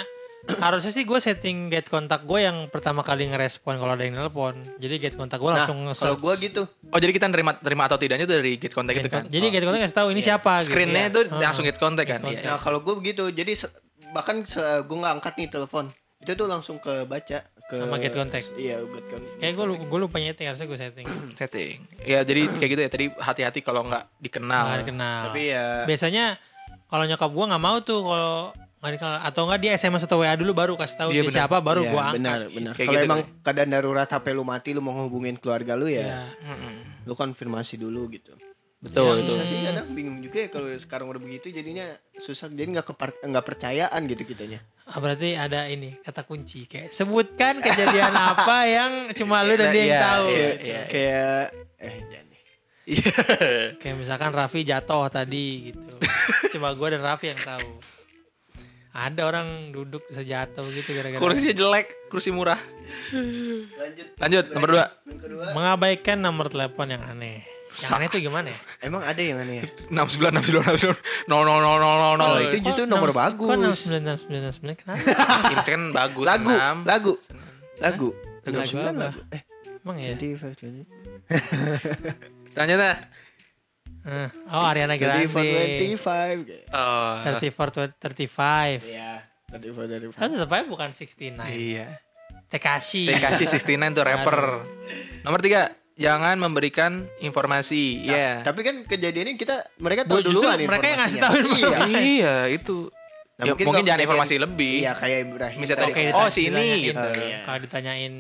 Speaker 2: harusnya sih gue setting get kontak gue yang pertama kali ngerespon kalau ada yang nelpon Jadi get kontak gue
Speaker 1: Nah,
Speaker 2: langsung
Speaker 1: kalau
Speaker 2: nge-search
Speaker 1: gua gitu,
Speaker 3: oh jadi kita nerima terima atau tidaknya tuh dari get contact
Speaker 2: Get
Speaker 3: itu kan
Speaker 2: kon- Jadi get kontak ngasih tahu ini siapa Iya, gitu
Speaker 3: screennya
Speaker 2: ya.
Speaker 3: itu
Speaker 2: Ah.
Speaker 3: langsung get contact kan Iya, iya.
Speaker 1: Nah kalau gue begitu, jadi se- bahkan se- gue nggak angkat nih telepon, itu tuh langsung kebaca ke
Speaker 2: Sama get contact.
Speaker 1: Iya get contact.
Speaker 2: Kayak gue lupa, lupa nyeting harusnya gue setting
Speaker 3: setting ya jadi kayak gitu ya tadi hati-hati kalau nggak dikenal
Speaker 2: Nggak dikenal
Speaker 1: Tapi ya
Speaker 2: Biasanya kalau nyokap gue nggak mau tuh kalau nggak dikenal Atau nggak dia SMS atau WA dulu baru kasih tahu
Speaker 3: Iya,
Speaker 2: dia
Speaker 3: bener.
Speaker 2: siapa baru
Speaker 1: ya,
Speaker 2: gue angkat
Speaker 1: benar benar.
Speaker 3: Kayak
Speaker 1: Kalau
Speaker 3: gitu
Speaker 1: emang keadaan darurat HP lu mati, lu mau ngehubungin keluarga lu
Speaker 2: Iya.
Speaker 1: ya, lu konfirmasi dulu gitu.
Speaker 3: betul
Speaker 1: Ya,
Speaker 3: betul
Speaker 1: susah sih kadang bingung juga ya kalau sekarang udah begitu jadinya susah jadi nggak kepar- nggak percayaan gitu kitanya.
Speaker 2: Ah, berarti ada ini kata kunci kayak sebutkan kejadian apa yang cuma lu dan dia yang
Speaker 3: Iya,
Speaker 2: tahu.
Speaker 3: iya,
Speaker 2: gitu.
Speaker 3: iya.
Speaker 1: Kayak eh jangan deh.
Speaker 2: Kayak misalkan Raffi jatuh tadi gitu. cuma gua dan Raffi yang tahu. Ada orang duduk bisa jatuh gitu gara-gara
Speaker 3: *laughs* kursinya jelek kursi murah
Speaker 1: Lanjut
Speaker 3: lanjut nomor dua
Speaker 1: yang kedua.
Speaker 2: mengabaikan nomor telepon yang aneh. Yang aneh tuh gimana ya?
Speaker 1: Emang ada yang aneh ya?
Speaker 3: enam sembilan enam sembilan enam sembilan nol nol nol nol nol nol
Speaker 1: Kalau Oh, itu justru nomor bagus.
Speaker 2: kan Kok 6969 kenapa?
Speaker 3: itu kan bagus
Speaker 1: Lagu,
Speaker 3: enam.
Speaker 1: lagu, lagu.
Speaker 2: Lagu
Speaker 1: sembilan
Speaker 2: apa?
Speaker 1: lagu. Eh,
Speaker 2: Emang ya?
Speaker 1: 25, 20.
Speaker 3: selanjutnya
Speaker 2: Eh, Oh Ariana Grande.
Speaker 1: 25 kayak.
Speaker 2: 34
Speaker 3: oh,
Speaker 2: 35.
Speaker 1: Iya, 25
Speaker 2: Tapi tetap Kan aja bukan 69.
Speaker 3: iya
Speaker 2: Tekashi.
Speaker 3: TKC 69 tuh rapper nomor tiga jangan memberikan informasi ya
Speaker 1: Tapi kan kejadiannya kita mereka tahu
Speaker 2: Bu, justru
Speaker 1: duluan
Speaker 2: mereka yang ngasih
Speaker 1: informasinya.
Speaker 2: tahu.
Speaker 1: Iya.
Speaker 3: iya itu
Speaker 1: Nah,
Speaker 3: Ya, mungkin
Speaker 1: kalau
Speaker 3: jangan
Speaker 1: kejadian-
Speaker 3: informasi lebih
Speaker 1: Iya, kayak Ibrahim.
Speaker 3: Misalnya
Speaker 1: tadi.
Speaker 3: Oke,
Speaker 2: Kayak
Speaker 3: oh,
Speaker 2: ditanya-
Speaker 3: si ini,
Speaker 2: ditanyain
Speaker 3: gitu.
Speaker 2: tuh.
Speaker 1: Iya.
Speaker 2: Kalau ditanyain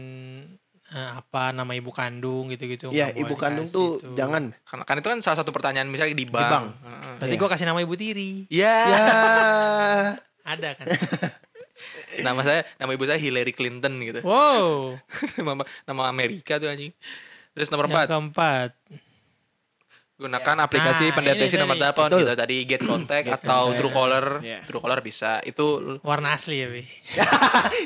Speaker 2: eh, apa nama ibu kandung gitu-gitu.
Speaker 1: Iya,
Speaker 2: nggak boleh
Speaker 1: ibu kandung
Speaker 2: dikasih
Speaker 1: tuh
Speaker 2: *laughs*
Speaker 1: jangan.
Speaker 3: kan, kan itu kan salah satu pertanyaan misalnya di bank,
Speaker 1: bank.
Speaker 3: Heeh.
Speaker 2: Berarti
Speaker 1: Iya.
Speaker 2: gua kasih nama ibu tiri.
Speaker 3: ya
Speaker 2: Ada kan.
Speaker 3: nama saya nama ibu saya Hillary Clinton gitu
Speaker 2: *laughs*
Speaker 3: *laughs*
Speaker 2: wow.
Speaker 3: nama nama Amerika tuh anjing terus nomor
Speaker 2: Yang
Speaker 3: empat
Speaker 2: keempat.
Speaker 3: gunakan
Speaker 2: Nah,
Speaker 3: aplikasi pendeteksi
Speaker 2: ini
Speaker 3: nomor
Speaker 2: tadi.
Speaker 3: telepon gitu tadi get contact atau true caller
Speaker 1: Iya.
Speaker 3: true caller bisa itu
Speaker 2: Warna asli ya, Bi.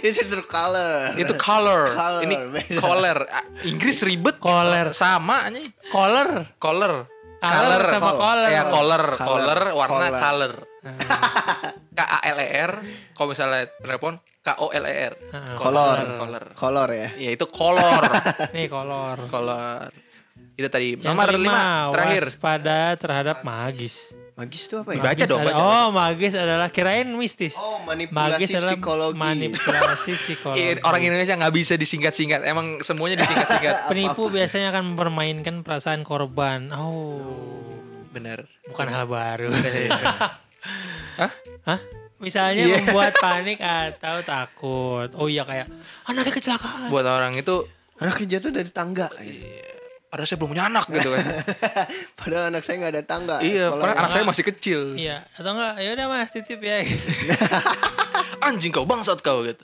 Speaker 1: It's a true color.
Speaker 3: itu color,
Speaker 1: Color,
Speaker 3: ini
Speaker 1: beda.
Speaker 3: color Ah, Inggris ribet
Speaker 2: Color.
Speaker 3: sama anjing
Speaker 2: Color.
Speaker 3: color
Speaker 2: Color sama color.
Speaker 3: ya color
Speaker 1: Iya, Color.
Speaker 3: color warna
Speaker 1: Color.
Speaker 2: *laughs*
Speaker 3: color K A L E R kalau misalnya telepon K O L E R
Speaker 2: Heeh.
Speaker 1: Color.
Speaker 3: Color.
Speaker 1: Color ya.
Speaker 3: ya itu
Speaker 2: *laughs*
Speaker 3: color
Speaker 2: Nih color.
Speaker 3: color itu tadi
Speaker 2: Yang
Speaker 3: nomor lima terakhir
Speaker 2: Waspada terhadap magis.
Speaker 1: Magis itu apa ya?
Speaker 3: Baca
Speaker 2: Magis
Speaker 3: dong,
Speaker 2: ada-
Speaker 3: baca.
Speaker 2: Oh, magis adalah kirain mistis.
Speaker 1: Oh, manipulasi
Speaker 2: magis adalah
Speaker 1: psikologi.
Speaker 3: *laughs*
Speaker 2: manipulasi
Speaker 3: Ih,
Speaker 2: psikologi.
Speaker 3: orang Indonesia nggak bisa disingkat-singkat emang semuanya
Speaker 2: *laughs*
Speaker 3: disingkat-singkat
Speaker 2: Penipu biasanya akan mempermainkan perasaan korban. Oh.
Speaker 3: bener
Speaker 2: bukan hal baru.
Speaker 3: Hah?
Speaker 2: Hah? Iya. Misalnya membuat panik atau takut. Oh iya kayak anaknya kecelakaan.
Speaker 3: buat orang itu
Speaker 1: Anaknya jatuh dari tangga.
Speaker 3: Padahal saya belum punya anak gitu
Speaker 2: *laughs*
Speaker 3: kan.
Speaker 1: *laughs* Padahal anak saya nggak ada tangga.
Speaker 3: iya,
Speaker 1: sekolahnya.
Speaker 3: padahal anak saya masih kecil.
Speaker 2: ya. Iya, atau enggak? Ya udah Mas, titip ya. *laughs*
Speaker 3: Anjing kau, bangsat kau gitu.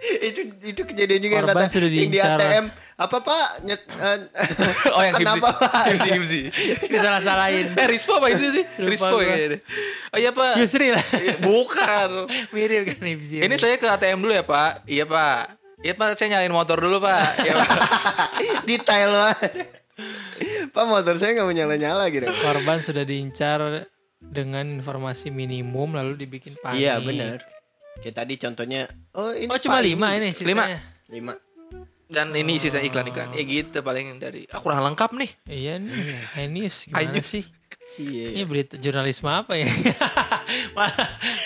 Speaker 1: itu itu kejadian juga yang
Speaker 2: Korban
Speaker 1: kata
Speaker 2: sudah
Speaker 1: yang di
Speaker 2: diincar.
Speaker 1: ATM apa pak nyet eh,
Speaker 3: *laughs* Oh yang
Speaker 1: *laughs*
Speaker 3: Hibzi.
Speaker 1: kenapa pak
Speaker 3: Hibzi, Hibzi.
Speaker 2: Disalah-salahin.
Speaker 3: Eh Rispo apa itu sih?
Speaker 2: Lupa
Speaker 3: Rispo
Speaker 2: gua.
Speaker 3: kayaknya. deh. Oh iya Pak.
Speaker 2: Yusri lah.
Speaker 3: Iya, Bukan.
Speaker 2: Mirip kan Ibsi.
Speaker 3: Ini saya ke ATM dulu ya Pak. Iya Pak. Iya Pak, saya nyalain motor dulu Pak. Iya Pak.
Speaker 1: *laughs* detail banget pak motor saya nggak mau nyala nyala gitu
Speaker 2: korban sudah diincar dengan informasi minimum lalu dibikin panik.
Speaker 1: iya benar kayak tadi contohnya oh ini
Speaker 2: Oh
Speaker 1: Pak,
Speaker 2: cuma lima ini ceritanya.
Speaker 1: lima
Speaker 3: Dan ini sisa iklan-iklan. Ya gitu paling dari. Ah kurang lengkap nih.
Speaker 2: Iya nih, high news gimana
Speaker 3: news.
Speaker 2: sih? Ini
Speaker 1: iya
Speaker 2: berita jurnalisme apa ya? *laughs* malah,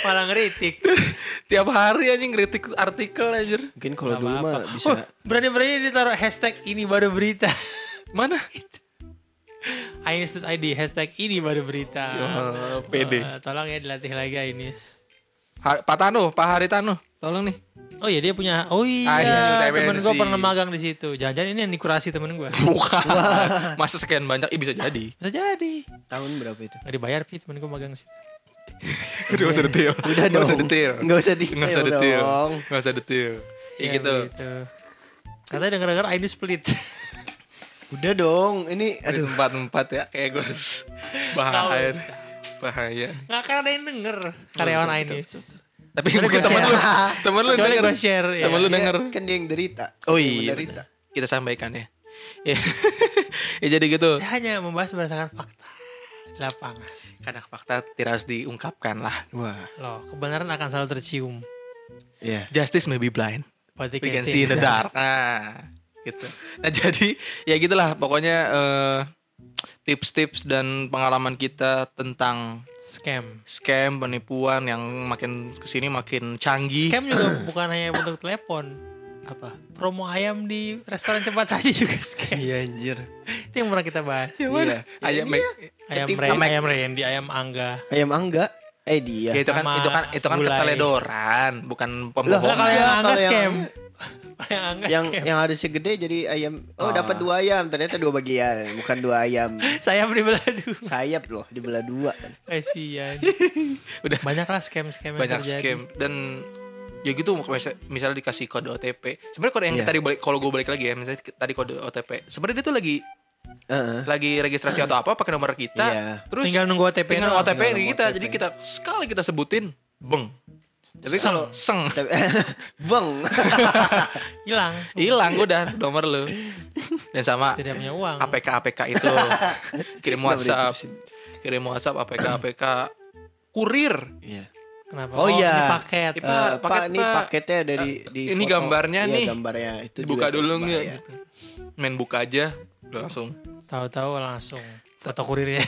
Speaker 2: malah ngeritik.
Speaker 3: *laughs* Tiap hari anjing kritik artikel anjir.
Speaker 1: mungkin kalau
Speaker 2: Nggak
Speaker 1: dulu
Speaker 2: apa-apa.
Speaker 1: mah
Speaker 2: Oh,
Speaker 1: bisa
Speaker 2: berani-berani ditaruh hashtag ini baru berita.
Speaker 3: Mana?
Speaker 2: Einstein ID hashtag ini baru berita.
Speaker 3: Ya, pede.
Speaker 2: Eh, tolong ya dilatih lagi Ainis.
Speaker 3: Ha- Pak Tano, Pak Haritano. Tolong nih.
Speaker 2: Oh iya dia punya. Oh
Speaker 3: Ainis
Speaker 2: iya. Temen gue
Speaker 3: MNC.
Speaker 2: pernah magang di situ. Jangan-jangan ini yang dikurasi temen gue.
Speaker 3: Bukan. Masa sekian banyak? Ih bisa jadi.
Speaker 2: Bisa jadi.
Speaker 1: tahun berapa itu
Speaker 2: Gak dibayar pi temen gue magang di situ.
Speaker 3: Udah usah detil.
Speaker 1: Iya. udah
Speaker 3: Nggak
Speaker 1: dong
Speaker 3: usah detil.
Speaker 1: nggak usah detail
Speaker 3: Nggak usah detil.
Speaker 1: dong Iya,
Speaker 3: Nggak usah detil. Ya gitu.
Speaker 2: begitu. Katanya denger-denger Ainis pelit. *laughs*
Speaker 1: udah dong ini
Speaker 3: Ada
Speaker 1: aduh
Speaker 3: tempat-tempat ya. Kayak gue harus bahaya. Bahaya.
Speaker 2: Gak akan ada yang denger karyawan Ainis.
Speaker 3: Tapi
Speaker 2: Kecuali
Speaker 3: mungkin
Speaker 2: gua
Speaker 3: temen lu.
Speaker 2: share.
Speaker 3: Temen lu
Speaker 2: Kecuali
Speaker 3: denger.
Speaker 2: gua share, ya.
Speaker 3: Temen lu
Speaker 1: Dia-
Speaker 3: denger.
Speaker 1: kan dia yang derita
Speaker 3: Oh
Speaker 1: Dia yang
Speaker 3: iya.
Speaker 1: menderita
Speaker 3: Kita sampaikan ya. Ya. *laughs* ya jadi gitu.
Speaker 2: Saya hanya membahas berdasarkan fakta di lapangan.
Speaker 3: Karena fakta tidak harus diungkapkan lah.
Speaker 1: wah
Speaker 2: Loh, kebenaran akan selalu tercium.
Speaker 1: iya
Speaker 3: Justice may be blind.
Speaker 2: What you
Speaker 3: We
Speaker 2: can
Speaker 3: can see in the dark. Nah, gitu. Nah, *laughs* jadi ya gitulah pokoknya eh, tips-tips dan pengalaman kita tentang
Speaker 2: Scam.
Speaker 3: scam, penipuan yang makin kesini makin canggih.
Speaker 2: Scam juga bukan hanya untuk telepon. Apa? Promo ayam di restoran cepat saji juga scam.
Speaker 1: iya anjir
Speaker 2: Itu yang pernah kita bahas.
Speaker 1: iya
Speaker 3: Ayam
Speaker 1: Ini
Speaker 3: Mac-
Speaker 2: Ayam,
Speaker 1: Ketika-
Speaker 2: Ren- ayam Randy, ayam Angga.
Speaker 1: ayam angga eh dia
Speaker 3: Ya, itu kan
Speaker 2: Sama
Speaker 3: itu kan itu kan
Speaker 2: gulai.
Speaker 3: keteledoran, bukan
Speaker 2: Lah kalau yang
Speaker 3: pembohongan.
Speaker 1: Kalau
Speaker 2: Angga
Speaker 1: yang-
Speaker 2: scam. Kalau yang Angga
Speaker 1: yang
Speaker 2: scam.
Speaker 1: yang harusnya gede jadi ayam oh,
Speaker 3: Ah.
Speaker 1: dapat dua ayam ternyata dua bagian bukan dua ayam
Speaker 2: Saya beri beladu.
Speaker 1: sayap loh dibelah dua kan.
Speaker 2: Kasian.
Speaker 3: Udah.
Speaker 2: banyak lah scam-scam yang
Speaker 3: Banyak
Speaker 2: terjadi.
Speaker 3: scam dan ya gitu mis- misalnya dikasih kode OTP. Sebenarnya kode yang
Speaker 1: Iya.
Speaker 3: tadi balik kalau gue balik lagi ya, misalnya tadi kode OTP. Sebenarnya dia tuh lagi
Speaker 1: Heeh.
Speaker 3: lagi registrasi atau apa pakai nomor kita.
Speaker 1: Iya.
Speaker 3: Terus
Speaker 2: tinggal nunggu OTP
Speaker 3: Pengen
Speaker 2: doang.
Speaker 3: OTP
Speaker 1: tinggal
Speaker 3: di
Speaker 1: nomor
Speaker 3: kita,
Speaker 1: OTP.
Speaker 3: jadi kita sekali kita sebutin, beng.
Speaker 1: tapi kalau
Speaker 3: Seng,
Speaker 1: tapi *laughs* beng
Speaker 2: hilang
Speaker 3: hilang udah nomor lu. Dan sama
Speaker 2: tidak punya uang
Speaker 3: APK APK
Speaker 1: *laughs*
Speaker 3: itu kirim
Speaker 1: Kenapa
Speaker 3: WhatsApp,
Speaker 1: diterusin?
Speaker 3: kirim WhatsApp APK APK kurir.
Speaker 1: Iya.
Speaker 2: kenapa
Speaker 1: Oh, iya.
Speaker 2: ini paket Ah,
Speaker 3: Iya.
Speaker 1: Eh,
Speaker 3: Pak,
Speaker 1: pak,
Speaker 3: paket,
Speaker 1: ini
Speaker 3: Pak. Eh,
Speaker 1: paketnya dari di
Speaker 3: ini
Speaker 1: foto.
Speaker 3: gambarnya
Speaker 1: Iya,
Speaker 3: nih.
Speaker 1: gambarnya itu
Speaker 3: Dibuka
Speaker 1: juga
Speaker 3: dulu
Speaker 1: bahaya.
Speaker 3: nggak? gitu. Main buka aja udah langsung.
Speaker 2: tahu-tahu langsung foto kurirnya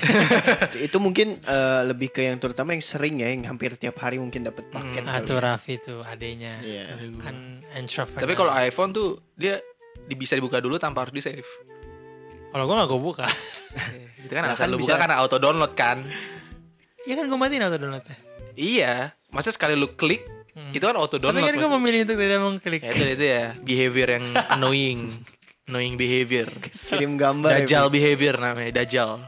Speaker 1: itu mungkin eh, lebih ke yang terutama yang sering ya yang hampir tiap hari mungkin
Speaker 3: Hmm,
Speaker 1: dapat paket
Speaker 2: Nah, tuh Raffi tuh adenya
Speaker 1: Iya.
Speaker 2: kan entrepreneur
Speaker 3: Tapi kalau iPhone tuh dia di- bisa dibuka dulu tanpa harus di save.
Speaker 2: kalau gue gak gue buka
Speaker 3: Itu kan
Speaker 1: Nah, kan
Speaker 3: asal lu
Speaker 1: bisa-
Speaker 3: buka karena auto download kan.
Speaker 2: ya kan gue matiin auto downloadnya
Speaker 3: Iya, masa sekali lu klik itu kan auto
Speaker 2: tapi
Speaker 3: download.
Speaker 2: kan gue memilih untuk tidak mengklik
Speaker 3: Ya itu itu ya behavior
Speaker 1: *laughs*
Speaker 3: yang annoying, annoying behavior.
Speaker 1: kirim gambar ya,
Speaker 3: Dajjal behavior namanya, dajjal.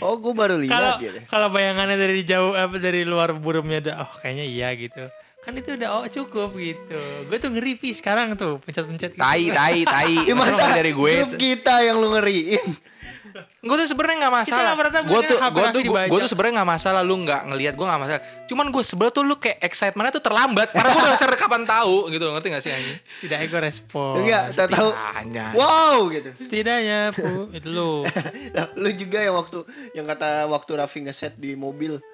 Speaker 1: Bu. oh gue baru
Speaker 2: *laughs* kalau
Speaker 1: lihat gitu
Speaker 2: kalau bayangannya dari jauh apa dari luar burungnya udah oh kayaknya iya gitu kan itu udah oh cukup gitu gue tuh ngeri Pi, sekarang tuh pencet-pencet gitu.
Speaker 3: Tai, tai, tai.
Speaker 1: *laughs* Ya,
Speaker 3: Iya, Masa
Speaker 1: masa
Speaker 3: dari gue.
Speaker 1: grup kita yang lu ngeriin
Speaker 3: Gue tuh sebenarnya nggak masalah.
Speaker 2: Kita lah, berarti
Speaker 3: Gue tuh,
Speaker 2: bukannya HP
Speaker 3: gue tuh,
Speaker 2: Raffi
Speaker 3: gue
Speaker 2: dibajak.
Speaker 3: tuh sebenarnya nggak masalah. Lu nggak ngelihat gue nggak masalah. Cuman gue sebenarnya tuh lu kayak excitementnya tuh terlambat. Karena gue udah sering kapan tahu gitu. Ngerti gak sih anjing? Ah,
Speaker 2: setidaknya gue respon
Speaker 1: enggak saya tahu
Speaker 3: Tanya.
Speaker 1: wow gitu *laughs*
Speaker 2: setidaknya pu itu
Speaker 3: *laughs*
Speaker 2: lu
Speaker 1: Lah, lu juga yang waktu yang kata waktu Raffi ngeset di mobil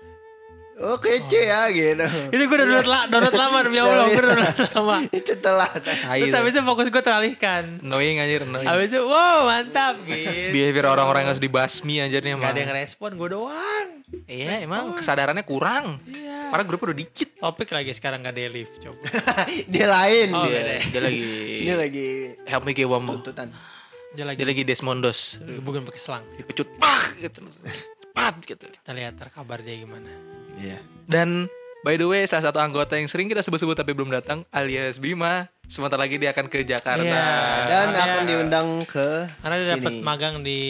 Speaker 1: oh kece ya gitu
Speaker 2: itu gue download, la, download lama demi Allah gue download lama
Speaker 1: *laughs* itu telat
Speaker 3: Tai.
Speaker 2: terus habis itu fokus gue teralihkan
Speaker 3: Annoying anjir, annoying.
Speaker 2: habis itu wow mantap gitu
Speaker 3: Behavior orang-orang yang harus dibasmi
Speaker 2: gak
Speaker 3: anjirnya. emang.
Speaker 2: ada yang respon gue doang
Speaker 3: Iya, emang kesadarannya kurang.
Speaker 2: Iya.
Speaker 3: Karena grupnya udah dikit.
Speaker 2: topik lagi sekarang gak ada lift
Speaker 3: *laughs*
Speaker 2: coba
Speaker 1: dia lain
Speaker 2: Oh,
Speaker 1: dia.
Speaker 2: beda
Speaker 3: Iya, Dia,
Speaker 2: ya.
Speaker 3: dia lagi...
Speaker 1: Ini lagi
Speaker 3: Help me give one more.
Speaker 1: tuntutan
Speaker 2: dia lagi
Speaker 3: Dia lagi Desmondos.
Speaker 2: bukan pakai selang
Speaker 3: dipecut pak gitu cepat gitu
Speaker 2: kita lihat terkabar dia gimana
Speaker 1: iya
Speaker 3: dan By the way, salah satu anggota yang sering kita sebut-sebut tapi belum datang alias Bima, sebentar lagi dia akan ke Jakarta.
Speaker 2: Iya.
Speaker 1: Dan
Speaker 2: Karena-
Speaker 1: akan diundang ke
Speaker 2: Karena dia dapat
Speaker 1: sini.
Speaker 2: magang di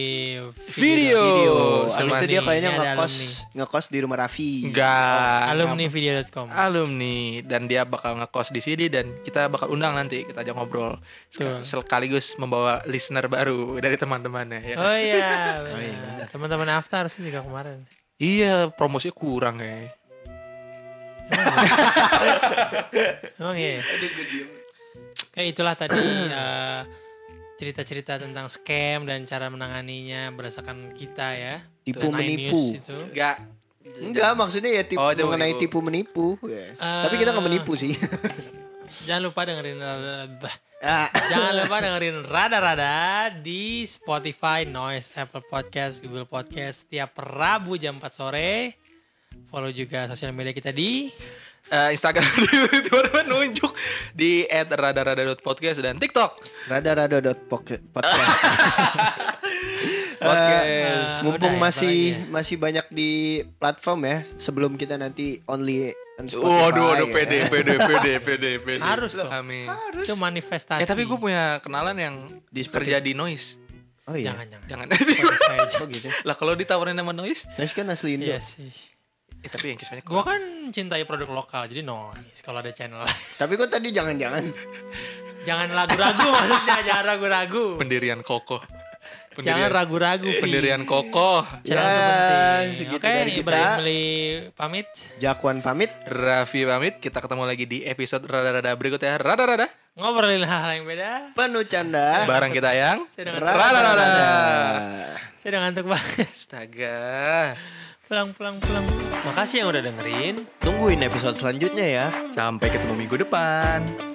Speaker 3: Video.
Speaker 1: video.
Speaker 3: Seru
Speaker 1: Habis itu dia
Speaker 2: nih.
Speaker 1: kayaknya
Speaker 2: Ini ada
Speaker 1: ngekos
Speaker 2: alumni.
Speaker 1: ngekos di rumah Raffi.
Speaker 3: Enggak.
Speaker 2: alumnivideo.com.
Speaker 3: Ah, alumni dan dia bakal ngekos di sini dan kita bakal undang nanti kita ajak ngobrol Sek-
Speaker 2: Betul.
Speaker 3: sekaligus membawa listener baru dari teman-temannya ya.
Speaker 2: Oh iya, benar. teman-teman Afta harusnya juga kemarin.
Speaker 3: Iya, promosinya kurang kayaknya.
Speaker 2: Emang iya. ya? Kayak itulah tadi *clears throat* eh, cerita-cerita tentang scam dan cara menanganinya berdasarkan kita ya.
Speaker 1: Tipu
Speaker 2: Tentang
Speaker 1: menipu.
Speaker 2: iNews itu.
Speaker 3: Enggak.
Speaker 1: Enggak, maksudnya ya tipu,
Speaker 3: Oh, itu
Speaker 1: mengenai
Speaker 3: menipu.
Speaker 1: tipu menipu. Ya.
Speaker 2: Ah.
Speaker 1: Tapi kita nggak menipu sih. *laughs*
Speaker 2: Jangan lupa dengerin *laughs* eh,
Speaker 1: Ah.
Speaker 2: Jangan lupa dengerin Rada-Rada di Spotify, Noise, Apple Podcast, Google Podcast setiap Rabu jam 4 sore. Follow juga sosial media kita di
Speaker 3: Eh, Instagram *laughs* tiba-tiba nunjuk di @radarada.podcast dan TikTok.
Speaker 2: *laughs*
Speaker 1: Rada-rada.podcast.
Speaker 3: Podcast.
Speaker 2: Ah,
Speaker 1: Eh, Mumpung
Speaker 2: udah ya,
Speaker 1: masih
Speaker 2: apalagi
Speaker 1: masih banyak di platform ya sebelum kita nanti only on Spotify.
Speaker 2: Oh,
Speaker 3: Waduh, aduh,
Speaker 1: ya.
Speaker 3: pede, pede, pede, pede, pede.
Speaker 2: Harus dong.
Speaker 3: Amin.
Speaker 2: itu manifestasi.
Speaker 3: Eh tapi gue punya kenalan yang
Speaker 1: Di
Speaker 3: kerja di noise.
Speaker 1: Oh iya.
Speaker 2: jangan jangan.
Speaker 3: *laughs* Jangan.
Speaker 2: Spotify aja.
Speaker 1: Oh gitu.
Speaker 3: lah kalau ditawarin sama noise,
Speaker 1: Nice kan asli Indo.
Speaker 2: Iya sih.
Speaker 3: eh, tapi yang kisahnya
Speaker 2: Gue kan cintai produk lokal jadi noise kalau ada channel.
Speaker 1: Tapi kok tadi jangan-jangan
Speaker 2: *laughs* jangan ragu-ragu *laughs* maksudnya jangan ragu-ragu.
Speaker 3: pendirian kokoh.
Speaker 2: Jangan
Speaker 3: Pendirian,
Speaker 2: ragu-ragu. Pi.
Speaker 3: pendirian kokoh.
Speaker 2: Channel
Speaker 1: Ya,
Speaker 2: itu penting.
Speaker 1: segitu
Speaker 2: Oke,
Speaker 1: dari kita.
Speaker 2: Ibrahim Lee pamit.
Speaker 1: Jakwan pamit.
Speaker 3: Raffi pamit, kita ketemu lagi di episode rada-rada berikutnya. Rada-rada,
Speaker 2: Ngobrolin hal-hal yang beda.
Speaker 1: Penuh canda.
Speaker 3: barang kita yang
Speaker 2: Saya dengan
Speaker 3: rada-rada.
Speaker 2: saya dengan ngantuk banget. *laughs*
Speaker 3: Astaga.
Speaker 2: Pulang, pulang, pulang. Makasih yang udah dengerin.
Speaker 1: Tungguin episode selanjutnya ya.
Speaker 3: Sampai ketemu minggu depan.